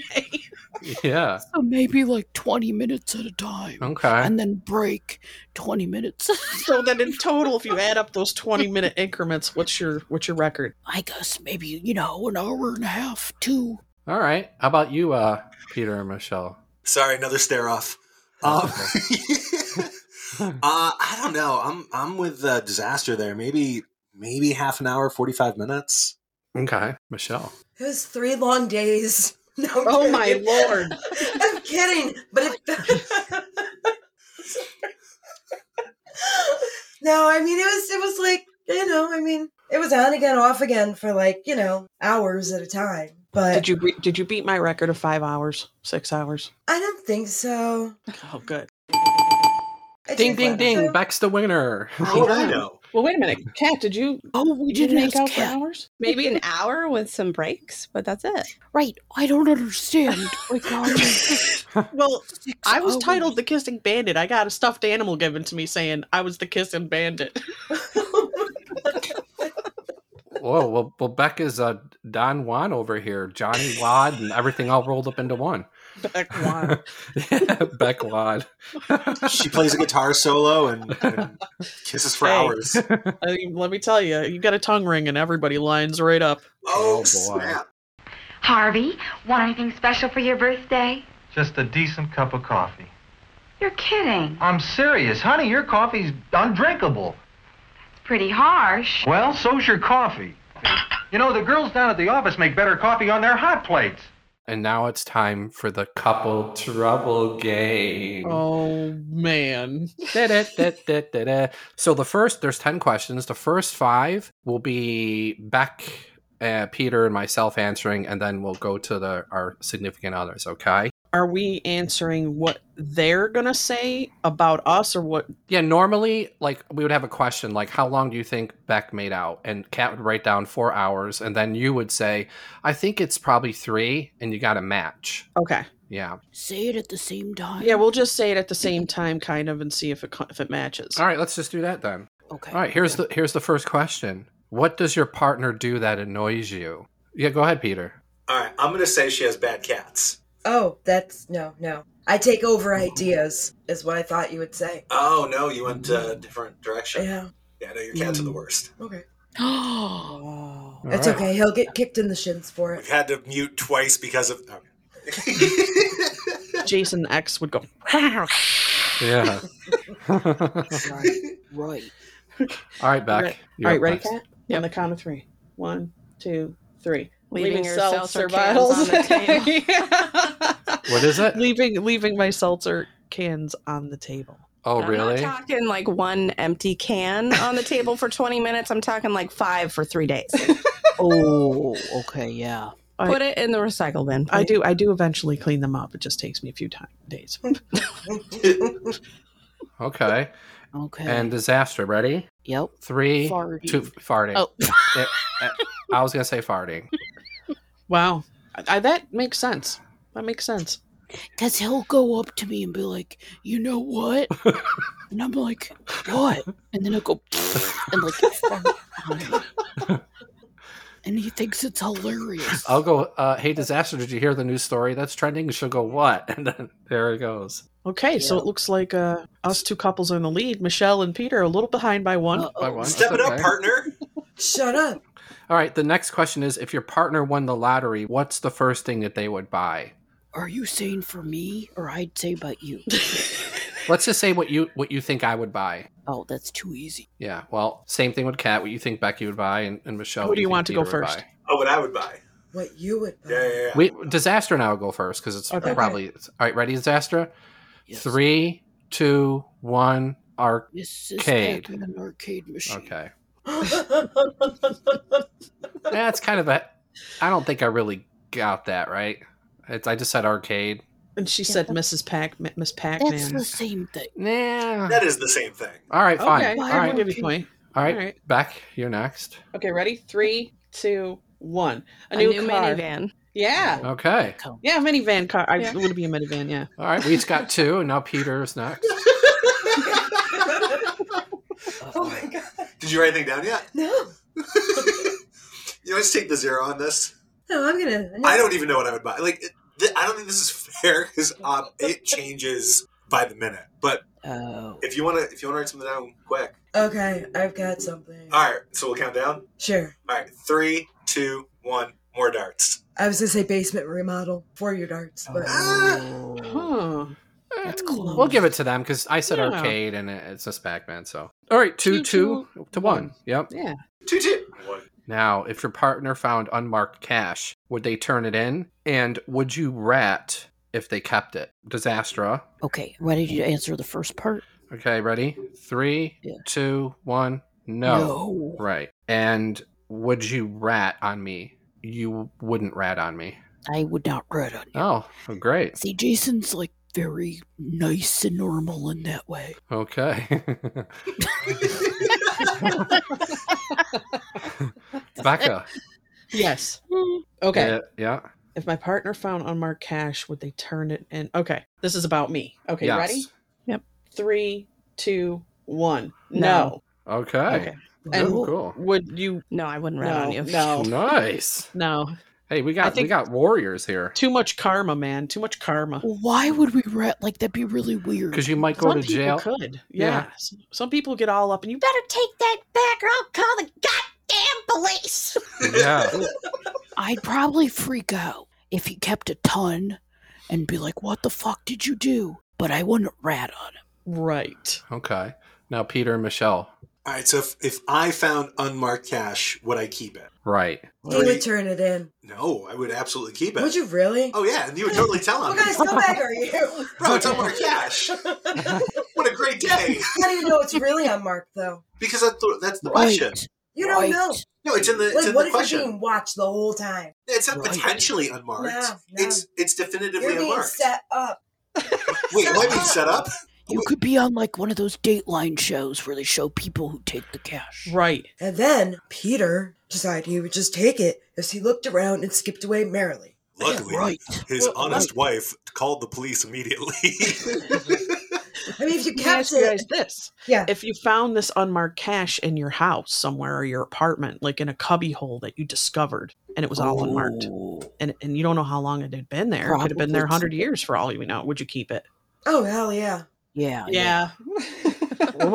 Yeah.
So maybe like 20 minutes at a time.
Okay.
And then break 20 minutes.
so then, in total, if you add up those twenty-minute increments, what's your what's your record?
I guess maybe, you know, an hour and a half, two.
All right. How about you, uh, Peter and Michelle?
Sorry, another stare off. Um, uh, I don't know. I'm I'm with uh, disaster there. Maybe maybe half an hour, forty five minutes.
Okay, Michelle.
It was three long days. No, I'm
Oh my
kidding.
lord.
I'm kidding, but it. no, I mean it was. It was like you know. I mean, it was on again, off again for like you know hours at a time. But
Did you re- did you beat my record of five hours, six hours?
I don't think so.
Oh, good.
I
Ding,
think
ding,
so.
ding. Beck's the winner.
How would I know?
Well, wait a minute, Kat. Did you?
Oh, we
Did you
didn't
make
ask
out for
Kat.
hours?
Maybe an hour with some breaks, but that's it.
Right. I don't understand. Oh Like, how am I-
Well,
six
I was
hours?
titled the kissing bandit. I got a stuffed animal given to me saying I was the kissing bandit.
Whoa, well, well, Beck is uh, Don Juan over here, Johnny Wad, and everything all rolled up into one.
Back one.
Yeah, Beck Wad.
She plays a guitar solo and, and kisses for
Hey.
hours.
I mean, let me tell you, you got a tongue ring and everybody lines right up.
Oh,
boy.
snap!
Harvey, want anything special for your birthday?
Just a decent cup of coffee.
You're kidding.
I'm serious. Honey, your coffee's undrinkable.
It's pretty harsh.
Well, so's your coffee. You know, the girls down at the office make better coffee on their hot plates.
And now it's time for the couple trouble game.
Oh man.
Da-da-da-da-da-da. So the first, there's ten questions. The first five will be Beck, uh, Peter, and myself answering, and then we'll go to the our significant others. Okay?
Are we answering what they're gonna say about us or what
Yeah. Normally, like we would have a question like, "How long do you think Beck made out?" And Kat would write down four hours, and then you would say, "I think it's probably three, and you got a match.
Okay.
Yeah.
Say it at the same time.
Yeah, we'll just say it at the same time kind of and see if it co- if it matches.
All right. Let's just do that then.
Okay.
All right, here's the here's the first question. What does your partner do that annoys you? Yeah, go ahead, Peter.
All right, I'm gonna say she has bad cats.
Oh, that's no, no. I take over ideas, is what I thought you would say.
Oh no, you went a different direction.
Yeah.
Yeah, no, your cats are the worst.
Okay.
oh,
it's
All right.
okay. He'll get kicked in the shins for it.
We've had to mute twice because of. Okay.
Jason X would go.
Yeah.
right. right.
All right, Beck.
Right.
you're
All right,
up
ready?
next.
Cat? On the count of three. One, two, three.
Leaving your seltzer
bottles.
cans on
What is it?
Leaving leaving my seltzer cans on the table.
Oh,
I'm
really?
not talking like one empty can on the table for 20 minutes. I'm talking like five for three days.
Oh, okay, yeah.
Put it in the recycle bin.
I do. I do eventually clean them up. It just takes me a few time, days.
Okay.
Okay.
And disaster. Ready?
Yep.
Three,
Farting.
two, farting.
Oh.
Eh, eh, I was gonna say farting.
wow, I, I, that makes sense. That makes sense.
Because he'll go up to me and be like, you know what? and I'm like, what? And then he'll go, and like, fart on it. and he thinks it's hilarious.
I'll go. Uh, hey, disaster! Did you hear the news story that's trending? She'll go what? And then there it goes.
Okay, so it looks like uh, us two couples are in the lead. Michelle and Peter are a little behind by one.
By one.
Step it
That's
up,
okay.
partner.
Shut up.
All right. The next question is: If your partner won the lottery, what's the first thing that they would buy?
Are you saying for me, or I'd say about you?
Let's just say what you what you think I would buy.
oh, that's too easy.
Yeah. Well, same thing with Kat. What you think Becky would buy, and, and Michelle.
Who do you
think
want to go
Peter would
first?
buy.
Oh, what I would buy.
What you would buy.
Yeah, yeah, yeah.
We disaster and I will go first because it's
Okay.
probably all right. Ready, disaster. Three, two, one.
This is
Arcade.
back in an arcade machine.
Okay. That's kind of a. I don't think I really got that right. It's, I just said arcade.
And she said, "Mrs. Pac, Miss Pac-Man."
That's the same thing.
Nah.
That is the same thing.
All right, fine.
Okay,
All
I will
right.
give you a point.
All right,
All right.
Beck, you're next.
Okay, ready? Three, two, one. A,
A
new,
new
car.
minivan.
Yeah,
Okay.
yeah, minivan car. I
Yeah.
it would be a minivan. Yeah.
All right, we each got two, and now Peter's next.
Oh my god.
Did you write anything down yet?
No.
You always take the zero on this.
No, I'm gonna. no.
I don't even know what I would buy. Like, it- th- I don't think this is fair because um, it changes by the minute. But
Oh.
if you want to, if you want to write something down quick,
Okay, I've got something.
all right. So we'll count down.
Sure.
All right, three, two, one. More darts.
I was gonna say basement remodel for your darts, but
Ah!
Hmm.
Huh.
That's close.
We'll give it to them because I said
Yeah.
arcade, and it- it's just Pac-Man. So all right, two, two,
Two,
to one. Yep.
Yeah.
Two, two.
Now, if your partner found unmarked cash, would they turn it in? And would you rat if they kept it? Disastra.
Okay, ready to answer the first part?
Okay, ready? Three, two, one. No.
No.
Right. And would you rat on me? You wouldn't rat on me.
I would not rat on you.
Oh, well, great.
See, Jason's like very nice and normal in that way.
Okay. Becca.
Yes. Okay.
Yeah. yeah.
If my partner found unmarked cash, would they turn it in? Okay, this is about me. Okay,
Yes.
ready?
Yep.
Three, two, one. No.
No.
Okay.
Okay.
Oh,
And
cool.
would you?
No, I wouldn't rat
No.
on you.
No.
Nice.
No.
Hey, we got we
think-
got warriors here.
Too much karma, man. Too much karma.
Why would we rat? Like, that'd be really weird.
Because you might go
Some
to
people
jail.
could. Yeah.
Yeah.
S- Some people get all up and you
Better take that back or I'll call the goddamn police.
Yeah.
I'd probably freak out if he kept a ton and be like, what the fuck did you do? But I wouldn't rat on him.
Right.
Okay. Now Peter and Michelle.
All right. So if, if I found unmarked cash, would I keep it?
Right.
you would turn it in.
No, I would absolutely keep it.
Would you really?
Oh yeah, and you would totally tell him.
What kind of scumbag are you?
Bro, it's unmarked cash. what a great day!
How do you know it's really unmarked though?
Because that's the, that's the question.
You don't
Right.
know.
No, it's in the it's
Like,
in
what
the
if
question.
you're being watched the whole time?
It's not
Right.
potentially unmarked.
No, no.
It's it's definitively
You're being
unmarked.
set up.
Wait, am I being set up?
You could be on like one of those Dateline shows where they show people who take the cash.
Right.
And then Peter decided he would just take it as he looked around and skipped away merrily.
Luckily,
Right.
his honest wife called the police immediately.
I mean, if you
Let me
kept
ask you
it-
guys this:
yeah,
if you found this unmarked cash in your house somewhere or your apartment, like in a cubby hole that you discovered, and it was all unmarked, and and you don't know how long it had been there, it could have been there
Probably
hundred years for all we know. Would you keep it?
Oh hell yeah.
Yeah.
Yeah.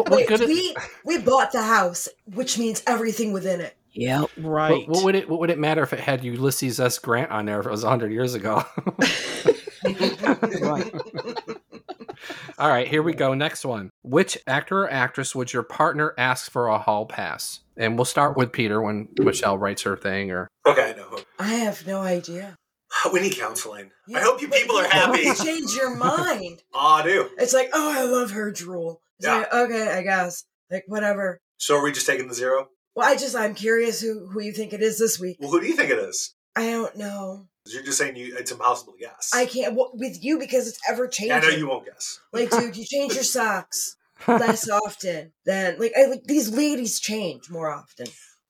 Wait, we we bought the house, which means everything within it.
Yeah.
What, what would it What would it matter if it had Ulysses S. Grant on there if it was hundred years ago? All right, here we go. Next one. Which actor or actress would your partner ask for a hall pass? And we'll start with Peter when Michelle writes her thing. Or
Okay, I know.
I have no idea.
We need counseling. I hope you people are happy.
You change your mind.
Aw, Ah, I do.
It's like, oh, I love her drool. It's
Yeah.
like, okay, I guess. Like whatever.
So are we just taking the zero?
Well, I just I'm curious who who you think it is this week.
Well, who do you think it is?
I don't know.
'Cause You're just saying you, it's impossible to guess.
I can't well, with you because it's ever changing.
I know you won't guess.
Like, dude, you change your socks less often than like, I, like these ladies change more often.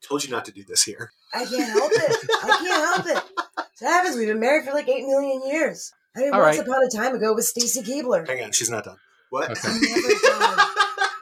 Told you not to do this here.
I can't help it. I can't help it. That happens. We've been married for like eight million years. I mean,
All
once
right.
upon a time ago with Stacy Keebler.
Hang on, she's not done. What?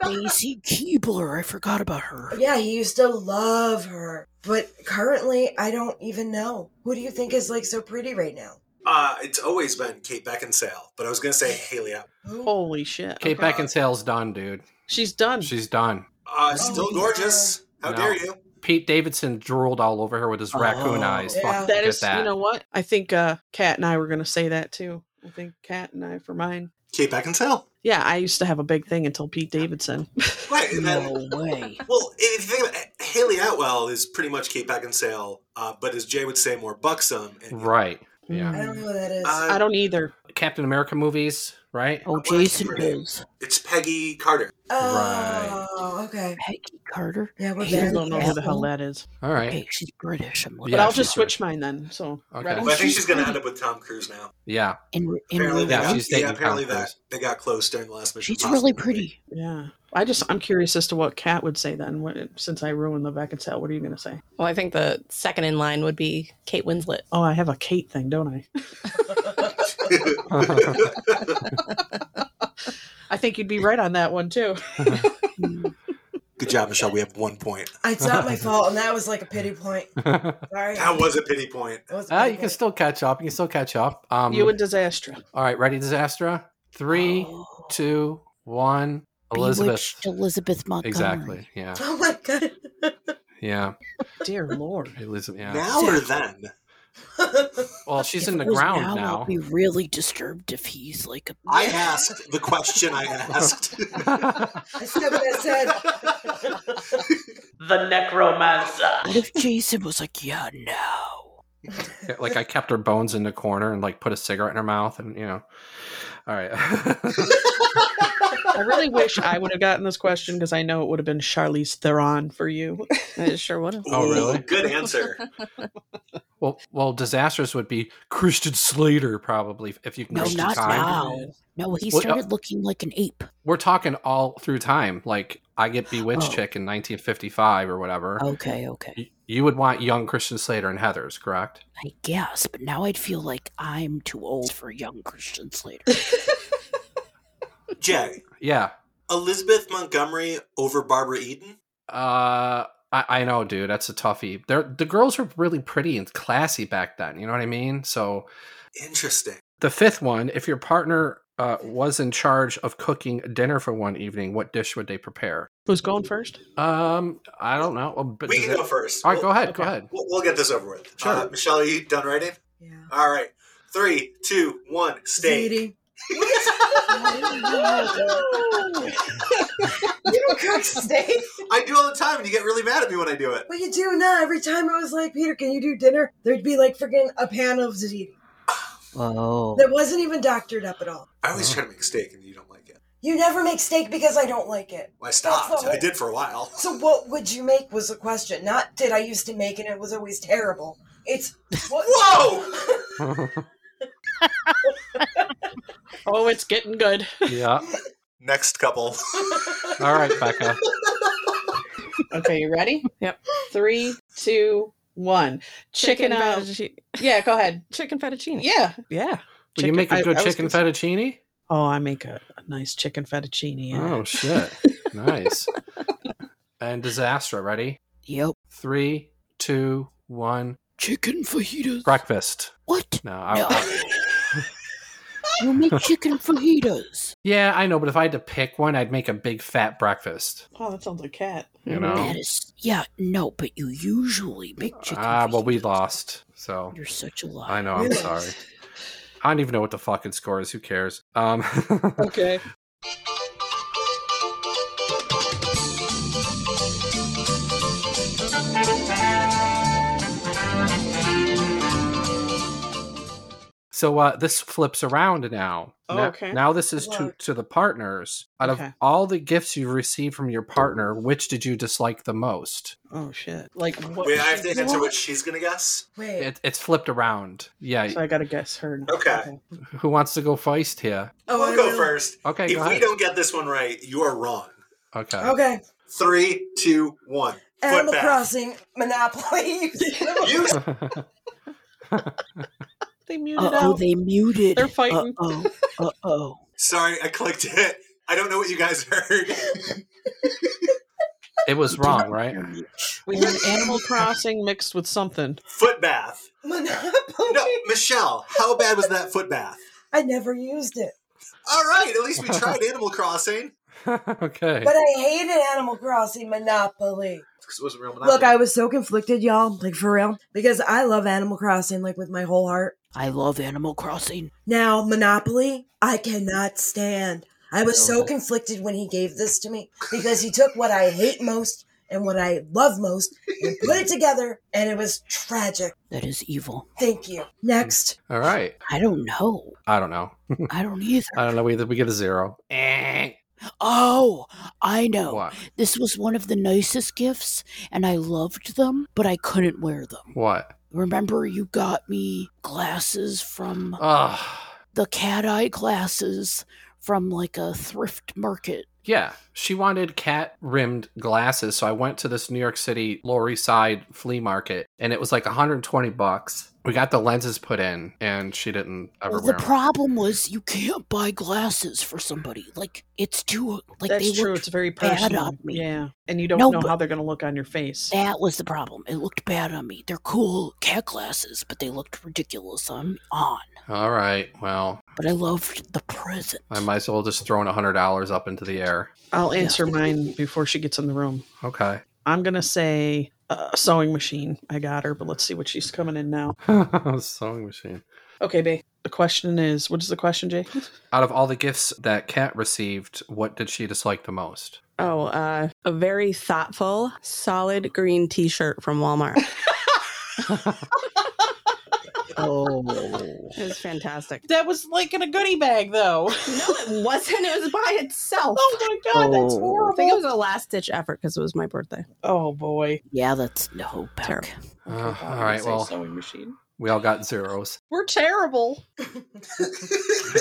Lacey Keebler. I forgot about her.
Yeah, he used to love her, but currently, I don't even know. Who do you think is like so pretty right now?
Uh, it's always been Kate Beckinsale, but I was going to say Haley Atwell.
Holy shit!
Kate
okay.
Beckinsale's done, dude.
She's done.
She's done.
Oh,
Uh, still gorgeous. How
No.
dare you?
Pete Davidson drooled all over her with his raccoon eyes. Fuck,
That
forget
is,
that.
you know what? I think uh Kat and I were going to say that too. I think Kat and I for mine.
Kate Beckinsale.
Yeah, I used to have a big thing until Pete Davidson.
Right. And then,
way.
Well, if you think about it, Haley Atwell is pretty much Kate Beckinsale, uh, but as Jay would say, more buxom. And
right. Yeah.
I don't know who that is.
I don't either.
Captain America movies, right?
Oh, Jason knows.
It's Peggy Carter.
Right.
Oh, okay.
Peggy Carter.
Yeah, we're
I don't know who the hell that is.
All right.
Hey, she's British. I'm
But
like,
I'll just switch mine then. So
Okay.
But I think she's going to end up with Tom Cruise now.
Yeah.
In, in
Apparently,
real
they
Yeah,
got,
she's
yeah,
dating Tom
apparently
Cruise.
that they got close during the last mission.
She's really pretty.
Yeah. I just I'm curious as to what Kat would say then. What, since I ruined the back and tail, what are you going to say?
Well, I think the second in line would be Kate Winslet.
Oh, I have a Kate thing, don't I? I think you'd be right on that one too.
Good job, Michelle. We have one point.
It's not my fault, and Oh, that was like a pity point. Sorry.
That was a pity point.
That was a
Ah,
pity
you can
point.
still catch up. You can still catch up. Um,
you and Disastra.
All right, ready, Disaster? Three,
Oh.
two, one. Elizabeth.
Bewitched Elizabeth Montgomery.
Exactly. Yeah.
Oh my god.
Yeah.
Dear Lord.
Elizabeth. Yeah.
Now or then?
Well, she's
If
in the
it was
ground
now,
now.
I'd be really disturbed if he's like a.
I asked the question I asked.
I said what I said.
The necromancer.
What if Jason was like, yeah, no.
Yeah, Like I kept her bones in the corner and like put a cigarette in her mouth and you know. All right.
I really wish I would have gotten this question because I know it would have been Charlize Theron for you.
I sure would have.
oh really?
Good answer.
Well, well, disastrous would be Christian Slater probably if you can.
No,
reach the
not
time.
now. No, he
What- uh,
started looking like an ape.
We're talking all through time. Like I get Bewitched
Oh.
Chick in 1955 or whatever.
Okay, okay.
Y- You would want young Christian Slater and Heather's, correct?
I guess, but now I'd feel like I'm too old for young Christian Slater.
Jay,
Yeah.
Elizabeth Montgomery over Barbara Eden?
Uh, I, I know, dude. That's a toughie. They're, the girls were really pretty and classy back then. You know what I mean? So
Interesting.
the fifth one, if your partner uh, was in charge of cooking dinner for one evening, what dish would they prepare?
Who's going first?
Um, I don't know. Well, But
We
does
can
it-
go first.
All right,
We'll-
go ahead. Go ahead.
We'll, we'll get this over with.
Sure.
Uh, Michelle, are you done writing? Yeah. All right. Three, two, one, stay.
Sadie. you don't cook steak.
I do all the time, and you get really mad at me when I do it.
But you do now. Every time I was like, Peter, can you do dinner? There'd be like freaking a pan of ziti
Oh.
that wasn't even doctored up at all.
I always try to make steak, and you don't like it.
You never make steak because I don't like it.
Well, I stopped.
That's the
I did for a while.
So what would you make was the question. Not did I used to make and it was always terrible. It's what
Whoa!
Oh, it's getting good.
yeah.
Next couple.
All right, Becca.
Okay, you ready?
Yep.
Three, two, one. Chicken, out.
fettuccine-
Yeah, go ahead.
Chicken fettuccine.
Yeah, yeah.
Will you make a
I-
good
I was
chicken
gonna-
fettuccine?
Oh, I make a, a nice chicken fettuccine. in
Oh
it.
shit! nice. And disaster. Ready?
Yep.
Three, two, one.
Chicken fajitas.
Breakfast.
What?
No. I,
No. You make chicken fajitas.
yeah, I know, but if I had to pick one, I'd make a big fat breakfast.
Oh, that sounds like cat.
You know.
That is, yeah, no, but you usually make chicken.
Ah, well, we lost. So
you're such a liar.
I know. I'm
We
sorry.
lost.
I don't even know what the fucking score is. Who cares? Um,
okay.
So uh, this flips around now.
Oh,
now,
okay.
now this is to,
Love.
to the partners. Out of
Okay.
all the gifts you've received from your partner, which did you dislike the most?
Oh shit! Like what?
Wait, I have to answer what she's gonna guess.
Wait,
It, it's flipped around. Yeah.
So I gotta guess her.
Okay.
Who wants to go feist here?
Oh, I'll go first.
Okay,
If
go
we
ahead.
don't get this one right, you are wrong.
Okay.
Oh,
Okay.
Three, two, one.
Animal
Footbath.
Crossing, Monopoly.
You-
They muted
Uh-oh,
out.
they muted.
They're fighting.
Uh-oh. Uh-oh.
Sorry, I clicked it. I don't know what you guys heard.
It was wrong, right?
We heard Animal Crossing mixed with something.
Foot bath. No, Michelle, how bad was that foot bath?
I never used it,
All right, at least we tried Animal Crossing.
okay.
but I hated Animal Crossing Monopoly.
Because it wasn't real
Look, I was so conflicted, y'all. Like for real, because I love Animal Crossing, like with my whole heart.
I love Animal Crossing.
Now Monopoly, I cannot stand. I was so conflicted when he gave this to me because he took what I hate most and what I love most and put it together, and it was tragic.
That is evil.
Thank you. Next,
All right.
I don't know.
I don't know.
I don't either.
I don't know either. We get a zero. Eh.
Oh, I know.
What?
This was one of the nicest gifts, and I loved them, but I couldn't wear them.
What?
Remember, you got me glasses from
Ugh.
the cat eye glasses from like a thrift market.
Yeah, she wanted cat rimmed glasses, so I went to this New York City Lower East Side flea market, and it was like 120 bucks. We got the lenses put in, and she didn't ever
Well,
wear
the
'em.
problem was you can't buy glasses for somebody. Like it's too like
That's
they
true.
looked
It's very
bad
personal.
on me.
Yeah, and you don't
No,
know
but-
how they're gonna look on your face.
That was the problem. It looked bad on me. They're cool cat glasses, but they looked ridiculous on on.
All right, well,
But I loved the present.
I might as well just throw in $100 up into the air.
I'll answer mine before she gets in the room.
Okay.
I'm gonna say uh, sewing machine. I got her, but let's see what she's coming in now.
Sewing machine.
Okay, babe. The question is, what is the question, Jake?
Out of all the gifts that Kat received, what did she dislike the most?
Oh, uh, a very thoughtful, solid green t shirt from Walmart.
Oh,
Oh.
It was fantastic.
that was like in a goodie bag, though.
No, it wasn't. It was by itself.
Oh my god, that's
Oh.
horrible.
I think it was a last ditch effort because it was my birthday.
Oh boy.
Yeah, that's no back.
Terrible.
Uh,
God,
all
I
right,
would say
well,
sewing machine.
we all got zeros.
We're terrible.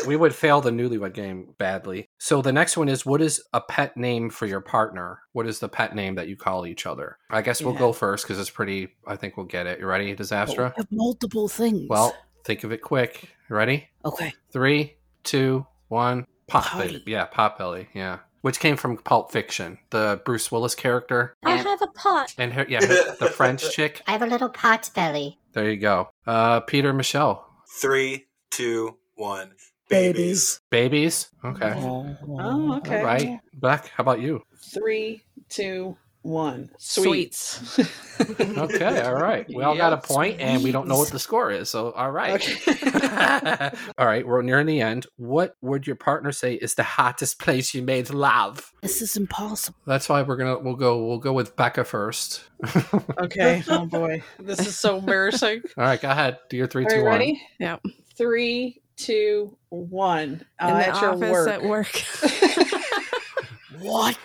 we would fail the newlywed game badly. So the next one is what is a pet name for your partner? What is the pet name that you call each other? I guess we'll
Yeah.
go first because it's pretty. I think we'll get it. You ready,
But we
Disaster?
have multiple things.
Well, think of it quick. You ready?
okay.
Three, two, one. Pop
Potty.
Belly. Yeah, Pop Belly. Yeah. Which came from Pulp Fiction, the Bruce Willis character.
I have a pot.
And her, yeah, her- the French chick.
I have a little pot belly.
There you go. Uh, Peter, Michelle.
Three, two, one.
babies.
Babies? Okay.
Oh, okay.
All right. Beck, how about you?
Three, two, one.
Sweets.
Okay, all right. We all got a point, and we don't know what the score is. So, all right, all right. We're nearing the end. What would your partner say is the hottest place you made love?
This is impossible.
That's why we're gonna we'll go we'll go with Becca first.
Okay. Oh boy. This is so embarrassing.
All right, go ahead. Do your three,
Are
two,
you
one.
ready?
Yep.
Three, two, one. Uh,
In the
at your
office
work.
at work.
What?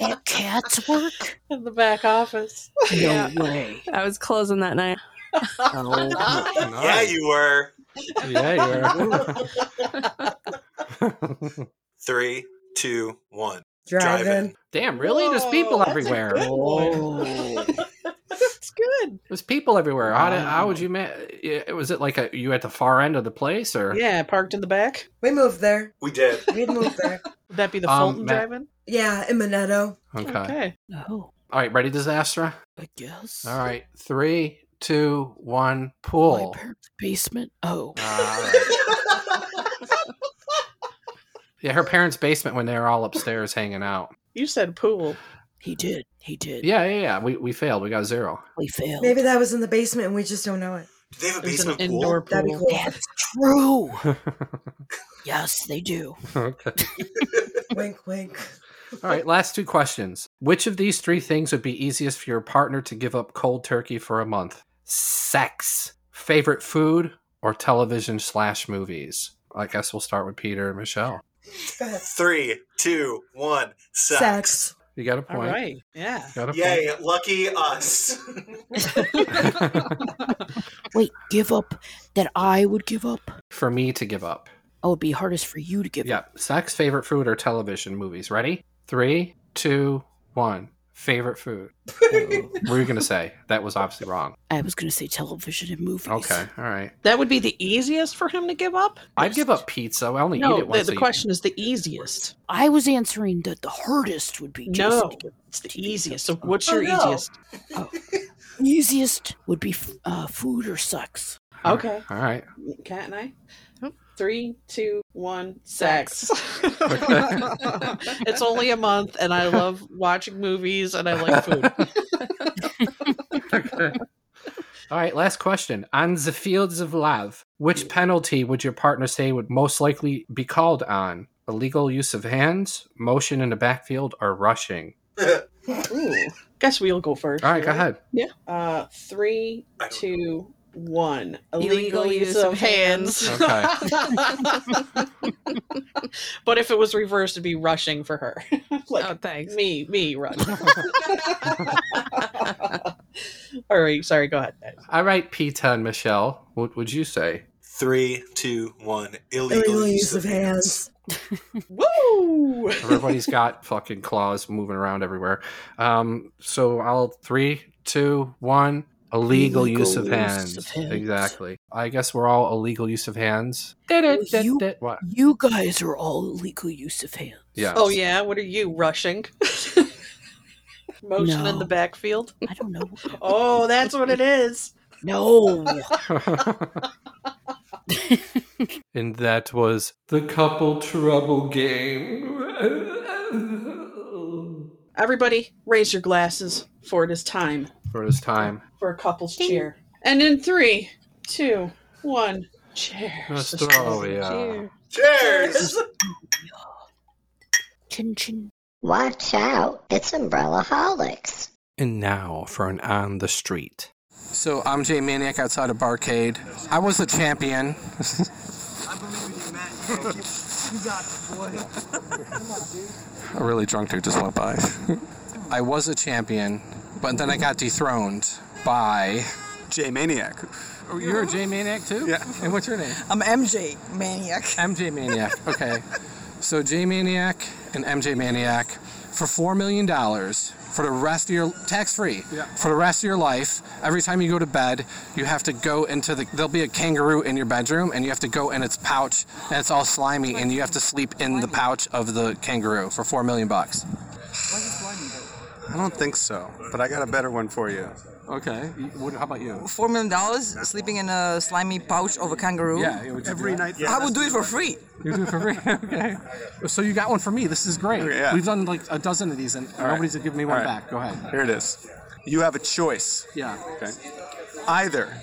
At cat's work?
In the back office.
No
Yeah.
way.
I was closing that night.
Oh,
Yeah,
Nice.
you were.
Yeah, you were.
Three, two, one.
Driving.
Damn, really? There's people everywhere.
That's good. good.
There's people everywhere. How, did, how would you? Ma- it- was it like a, you at the far end of the place or?
Yeah, parked in the back.
We moved there.
We did.
We'd moved there.
Would that be the
Um,
Fulton
Matt-
drive-in?
Yeah, in Minetto.
Okay.
Oh.
No.
All right, ready, disaster.
Oh. I guess.
All right, three, two, one, pool.
Basement. Oh.
All right. yeah, her parents' basement when they were all upstairs hanging out.
You said pool.
He did. He did.
Yeah, yeah, yeah. We we failed. We got zero.
We failed.
Maybe that was in the basement and we just don't know it.
Do they have a
There's an
basement pool?
indoor pool.
That'd be cool.
That's true. yes, they do.
okay.
wink, wink.
All right, last two questions. Which of these three things would be easiest for your partner to give up cold turkey for a month? Sex, favorite food, or television slash movies? I guess we'll start with Peter and Michelle.
Go ahead.
Three, two, one. Sex.
Sex.
You got a point.
All right. Yeah.
Got a
Yay! Lucky us.
Wait, give up that I would give up?
For me to give up.
Oh, it'd be hardest for you to give
Yeah.
up.
Sex, favorite food, or television movies. Ready? Three, two, one. Favorite food. what were you going to say? That was obviously wrong.
I was going to say television and movies.
Okay. All right.
That would be the easiest for him to give up.
I'd give up pizza. I only eat
no,
it once
the,
a
the question is the easiest.
I was answering that the hardest would be just
No, it's the easiest. So what's
Oh,
your
no.
easiest?
easiest would be f- uh, food or sex.
Okay.
All right.
Cat and I. Three, two, one, sex. it's only a month, and I love watching movies, and I like food.
All right, last question. On the fields of love, which penalty would your partner say would most likely be called on? Illegal use of hands, motion in the backfield, or rushing?
Ooh. Guess we'll go first.
All right, go ahead.
Yeah. Uh, three, two, one. Illegal,
Illegal
use
use
of
of
hands. but if it was reversed, it'd be rushing for her. like,
oh, thanks.
Me, me, rush. All right, sorry, go ahead.
All right, Pita and Michelle, what would you say?
Three, two, one. Illegal,
Illegal use of hands.
Woo!
Everybody's got fucking claws moving around everywhere. Um, so I'll three, two, one. Illegal,
Illegal
use of
use
hands.
of hands.
Exactly. I guess we're all illegal use of hands.
you,
What?
you guys are all illegal use of hands.
Yeah.
Oh yeah, what are you rushing? Motion in
No.
the backfield.
I don't know.
Oh, that's what it is.
No.
and that was the couple trouble game.
Everybody, raise your glasses for it is time
For this time,
for a couple's cheer. And in three, two, one, cheers.
Nostrovia.
Cheers.
Chin chin.
Watch out, it's Umbrella Holics.
And now for an on the street. So I'm Jay Maniac outside of Barcade. I was the champion. A really drunk dude just went by. I was a champion, but then I got dethroned by Jay Maniac. Oh, you're a Jay Maniac too? Yeah. And what's your name?
I'm MJ Maniac.
MJ Maniac. Okay. so Jay Maniac and MJ Maniac for four million dollars for the rest of your tax free.
Yeah.
For the rest of your life, every time you go to bed, you have to go into the there'll be a kangaroo in your bedroom and you have to go in its pouch and it's all slimy and you have to sleep in the pouch of the kangaroo for four million bucks. I don't think so, but I got a better one for you. Okay. What, how about you?
Four million dollars sleeping in a slimy pouch of a kangaroo.
Yeah, it would- Every night.
I would do it for free.
You do it for free. okay. So you got one for me. This is great.
Yeah.
We've done like a dozen of these, and nobody's given me one back. Go ahead.
Here it is. You have a choice.
Yeah.
Okay. Either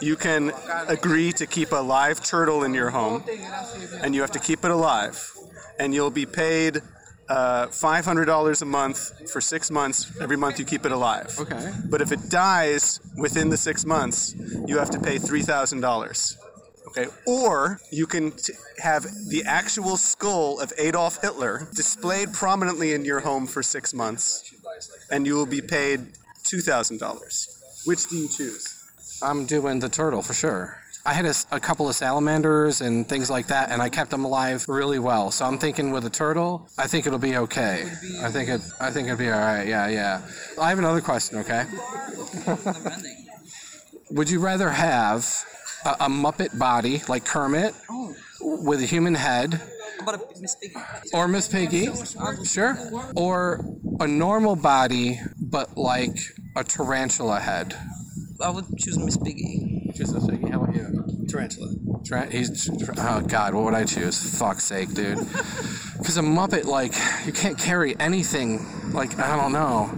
you can agree to keep a live turtle in your home, and you have to keep it alive, and you'll be paid uh, $500 a month for six months. Every month you keep it alive.
Okay.
But if it dies within the six months, you have to pay $3,000. Okay. Or you can t- have the actual skull of Adolf Hitler displayed prominently in your home for six months, and you will be paid $2,000. Which do you choose?
I'm doing the turtle for sure.
I had a, s- a couple of salamanders and things like that, and I kept them alive really well. So I'm thinking with a turtle, I think it'll be okay. I think it. I think it'd be all right. Yeah, yeah. I have another question. Okay. Would you rather have a, a Muppet body like Kermit with a human head,
About a Miss Piggy.
or Miss Piggy, sure, or a normal body but like a tarantula head?
I would choose Miss Piggy.
Choose Miss Piggy. How about you?
Tarantula.
Tra- he's, oh God, what would I choose? Fuck's sake, dude. Because a Muppet, like, you can't carry anything. Like, I don't know.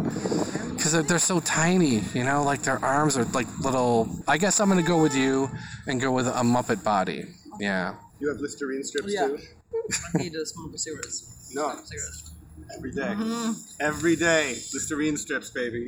Because they're, they're so tiny, you know? Like, their arms are like little. I guess I'm going to go with you and go with a Muppet body. Yeah. You have Listerine strips
yeah. too? I need to smoke a cigarette. No. cigarettes.
Every day.
Mhm.
Every day. Listerine strips, baby.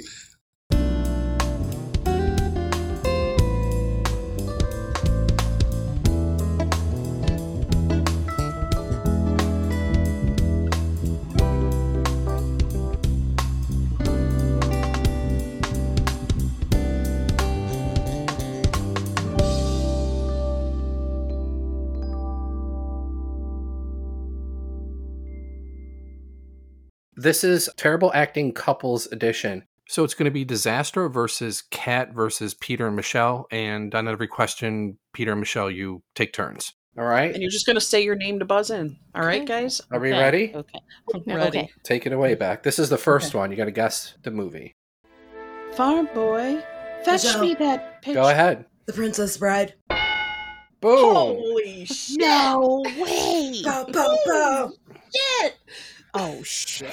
This is Terrible Acting Couples Edition. So it's going to be Disaster versus Cat versus Peter and Michelle. And on every question, Peter and Michelle, you take turns. All right.
And you're just going to say your name to buzz in. All right, guys?
Are we ready?
Okay.
Ready.
Ready.
Take it away back. This is the first one. You got to guess the movie.
Farm boy, fetch
Joe.
me that picture.
Go ahead.
The Princess Bride.
Boom.
Holy shit. No way.
Bow, bow, bow.
Shit.
Oh shit!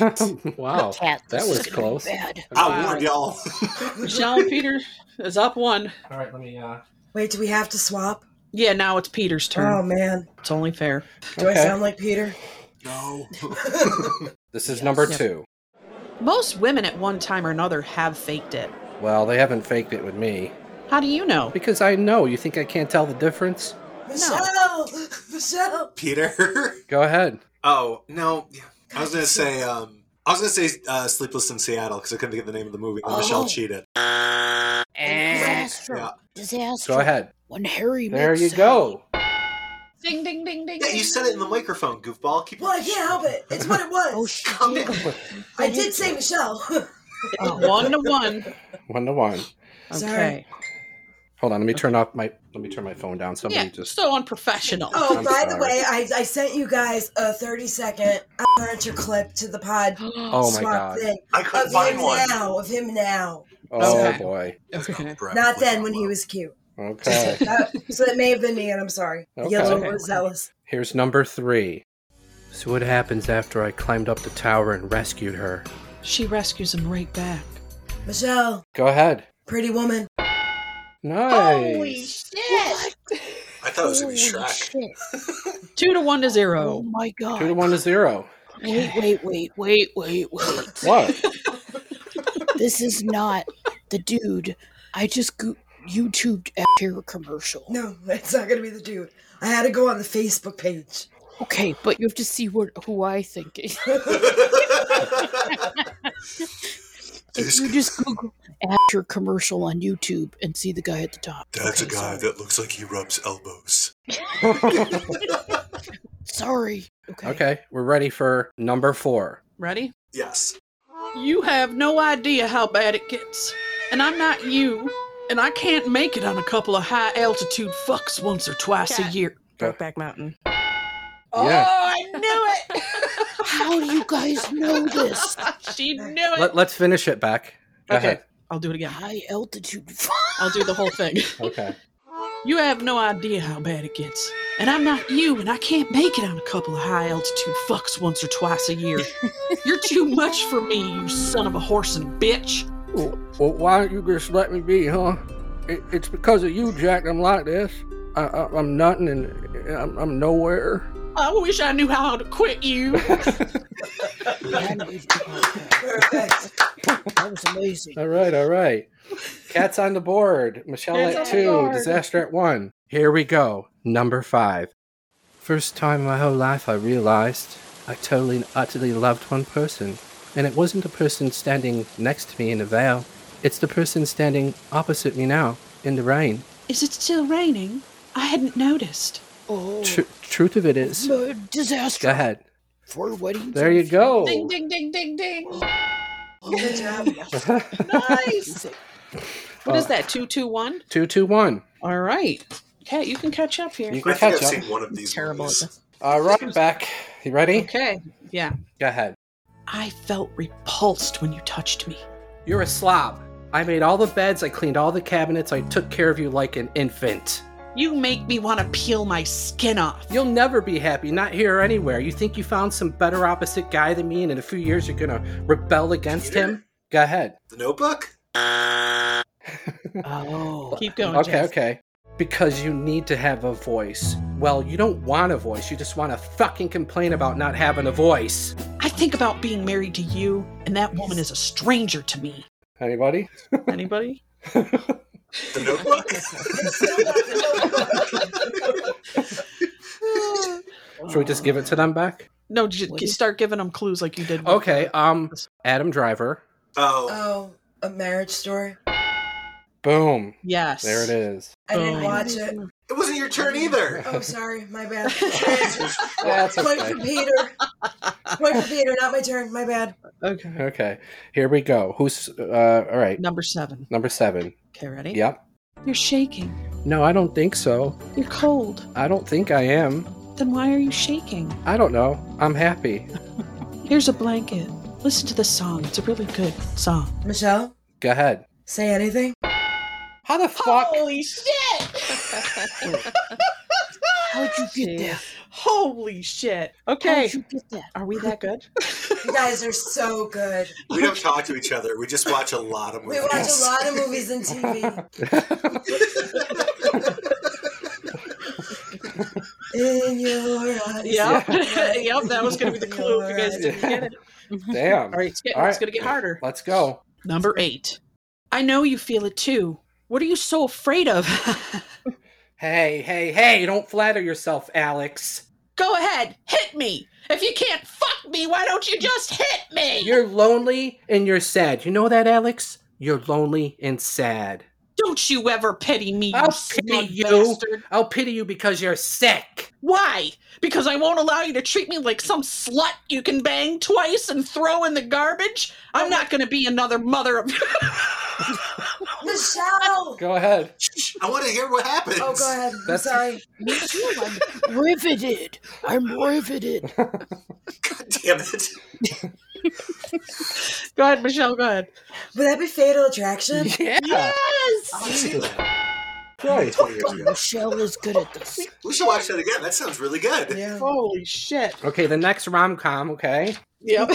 wow.
Cat,
that
this
was
is gonna be
close.
bad.
I warned Oh, y'all.
Michelle and Peter is up one.
All right, let me. Uh...
Wait, do we have to swap?
Yeah, now it's Peter's turn.
Oh man,
It's only fair.
do I sound like Peter?
No.
This is number
Yes.
two.
Most women at one time or another have faked it.
Well, they haven't faked it with me.
How do you know?
Because I know. You think I can't tell the difference?
Michelle, Michelle.
Peter.
Go ahead.
Oh no, I was gonna say. Um, I was gonna say uh, "Sleepless in Seattle" because I couldn't think of the name of the movie. and Michelle
Oh.
cheated.
Disaster!
Yeah.
Disaster!
Eh. Go ahead.
When Harry
There
met
you go.
Ding, ding, ding, ding.
Yeah, you said it in the microphone, goofball. Keep
Well, I can't help it. It's what it was.
Oh,
Come in.
I did say Michelle.
One to one.
One to one.
Okay.
Hold on. Let me turn off my. Let me turn my phone down. Somebody
Yeah,
just.
so unprofessional.
Oh,
I'm
by the
sorry.
way, I, I sent you guys a 30 second furniture clip to the pod.
Oh my God.
Thing
I couldn't
of
find
him
one.
now. Of him now.
Oh
Okay.
boy.
Okay.
Not then when he was cute.
Okay.
That- Uh, so that may have been me, and I'm sorry. I
Uh,
get a
Okay.
little overzealous.
Here's number three. So what happens after I climbed up the tower and rescued her?
She rescues him right back.
Michelle,
Go ahead.
pretty woman.
Nice.
shit.
I thought it was gonna be
Holy
Shrek.
shit!
Two to one to
Oh
zero.
my god!
Two to one to zero.
Wait, wait, wait, wait, wait, wait.
What?
this is not the dude. I just go- YouTubed after a commercial.
No, it's not going to be the dude. I had to go on the Facebook page.
Okay, but you have to see what who I think. it- if you just Google after commercial on YouTube and see the guy at the top.
That's a
Okay,
guy that looks like he rubs elbows.
Sorry. Okay.
Okay, we're ready for number four.
Ready?
Yes.
You have no idea how bad it gets. And I'm not you. And I can't make it on a couple of high altitude fucks once or twice a
Cat.
year.
Brokeback Mountain.
Yeah.
Oh, I knew
How do you guys know this?
it. she knew
Let, let's finish it, Beck. Go
Okay.
ahead.
I'll do it again.
High altitude.
I'll do the whole thing.
Okay.
You have no idea how bad it gets. And I'm not you, and I can't make it on a couple of high altitude fucks once or twice a year. You're too much for me, you son of a horse and bitch.
Well, why don't you just let me be, huh? It, it's because of you, Jack. I'm like this. I, I, I'm nothing and I'm, I'm nowhere.
I wish I knew how to quit you.
Perfect.
That was amazing.
All right, all right. Cats on the board. Michelle
Cats
at
on the
two,
board.
disaster at one. Here we go. Number five. First time in my whole life, I realized I totally and utterly loved one person. And it wasn't the person standing next to me in the veil, it's the person standing opposite me now in the rain.
Is it still raining? I hadn't noticed.
Oh,
Tru- truth of it is.
uh, disaster.
Go ahead.
Four weddings.
There you go.
Ding,
ding, ding, ding, ding.
nice. What is
Uh,
that? Two, two, one.
Two, two, one.
All right. Kat, you can catch up here.
You can I think catch I've up. seen
one of these.
Terrible. at this.
All right, back. You ready?
Okay. Yeah.
Go ahead.
I felt repulsed when you touched me.
You're a slob. I made all the beds, I cleaned all the cabinets, I took care of you like an infant.
You make me want to peel my skin off.
You'll never be happy, not here or anywhere. You think you found some better opposite guy than me, and in a few years you're gonna rebel against him? Go ahead.
The Notebook.
Oh. Keep going.
okay,
Jason.
okay. Because you need to have a voice. Well, you don't want a voice, you just want to fucking complain about not having a voice.
I think about being married to you, and that woman is a stranger to me.
Anybody?
Anybody?
The Notebook.
Should we just give it to them back?
No, j- g- start giving them clues like you did. with
Okay, um, Adam Driver.
Oh.
Oh, a marriage story.
Boom.
Yes.
There it is.
Oh,
I didn't watch it.
It wasn't your turn either.
Oh, sorry, my bad.
That's
Point for
okay.
Peter. Point for Peter. Not my turn. My bad.
Okay.
Okay, here we go. Who's, uh, all right.
Number seven.
Number seven.
Okay, ready?
Yep.
You're shaking.
No, I don't think so.
You're cold.
I don't think I am.
Then why are you shaking?
I don't know. I'm happy.
Here's a blanket. Listen to this song. It's a really good song.
Michelle,
Go ahead.
say anything.
How the fuck?
Holy shit! How'd you get that? Holy shit. Okay.
How'd you get that?
Are we that good?
You guys are so good.
We don't talk to each other. We just watch a lot of
We
movies.
watch a lot of movies and TV. In your eyes.
Yep. yep. That was going to be the clue. if You guys didn't get it.
Damn.
All right. It's, getting,
All
it's
right.
going to get harder.
Let's go.
Number eight. I know you feel it too. What are you so afraid of?
Hey, hey, hey, don't flatter yourself, Alex.
Go ahead. Hit me. If you can't fuck me, why don't you just hit me?
You're lonely and you're sad. You know that, Alex? You're lonely and sad.
Don't you ever pity me, you
I'll
smug
pity you.
bastard.
I'll pity you because you're sick.
Why? Because I won't allow you to treat me like some slut you can bang twice and throw in the garbage? I'm not going to be another mother of.
Michelle.
Go ahead.
I want to hear what happens.
Oh, go ahead. I'm
That's-
sorry.
Me too. I'm riveted. I'm riveted.
Damn it.
go ahead, Michelle. Go ahead.
Would that be Fatal Attraction?
Yeah.
I've seen that.
Christ.
20 years ago.
Michelle is good at this.
We should watch that again. That sounds really good.
Yeah.
Holy shit.
Okay, the next rom com, okay?
Yep.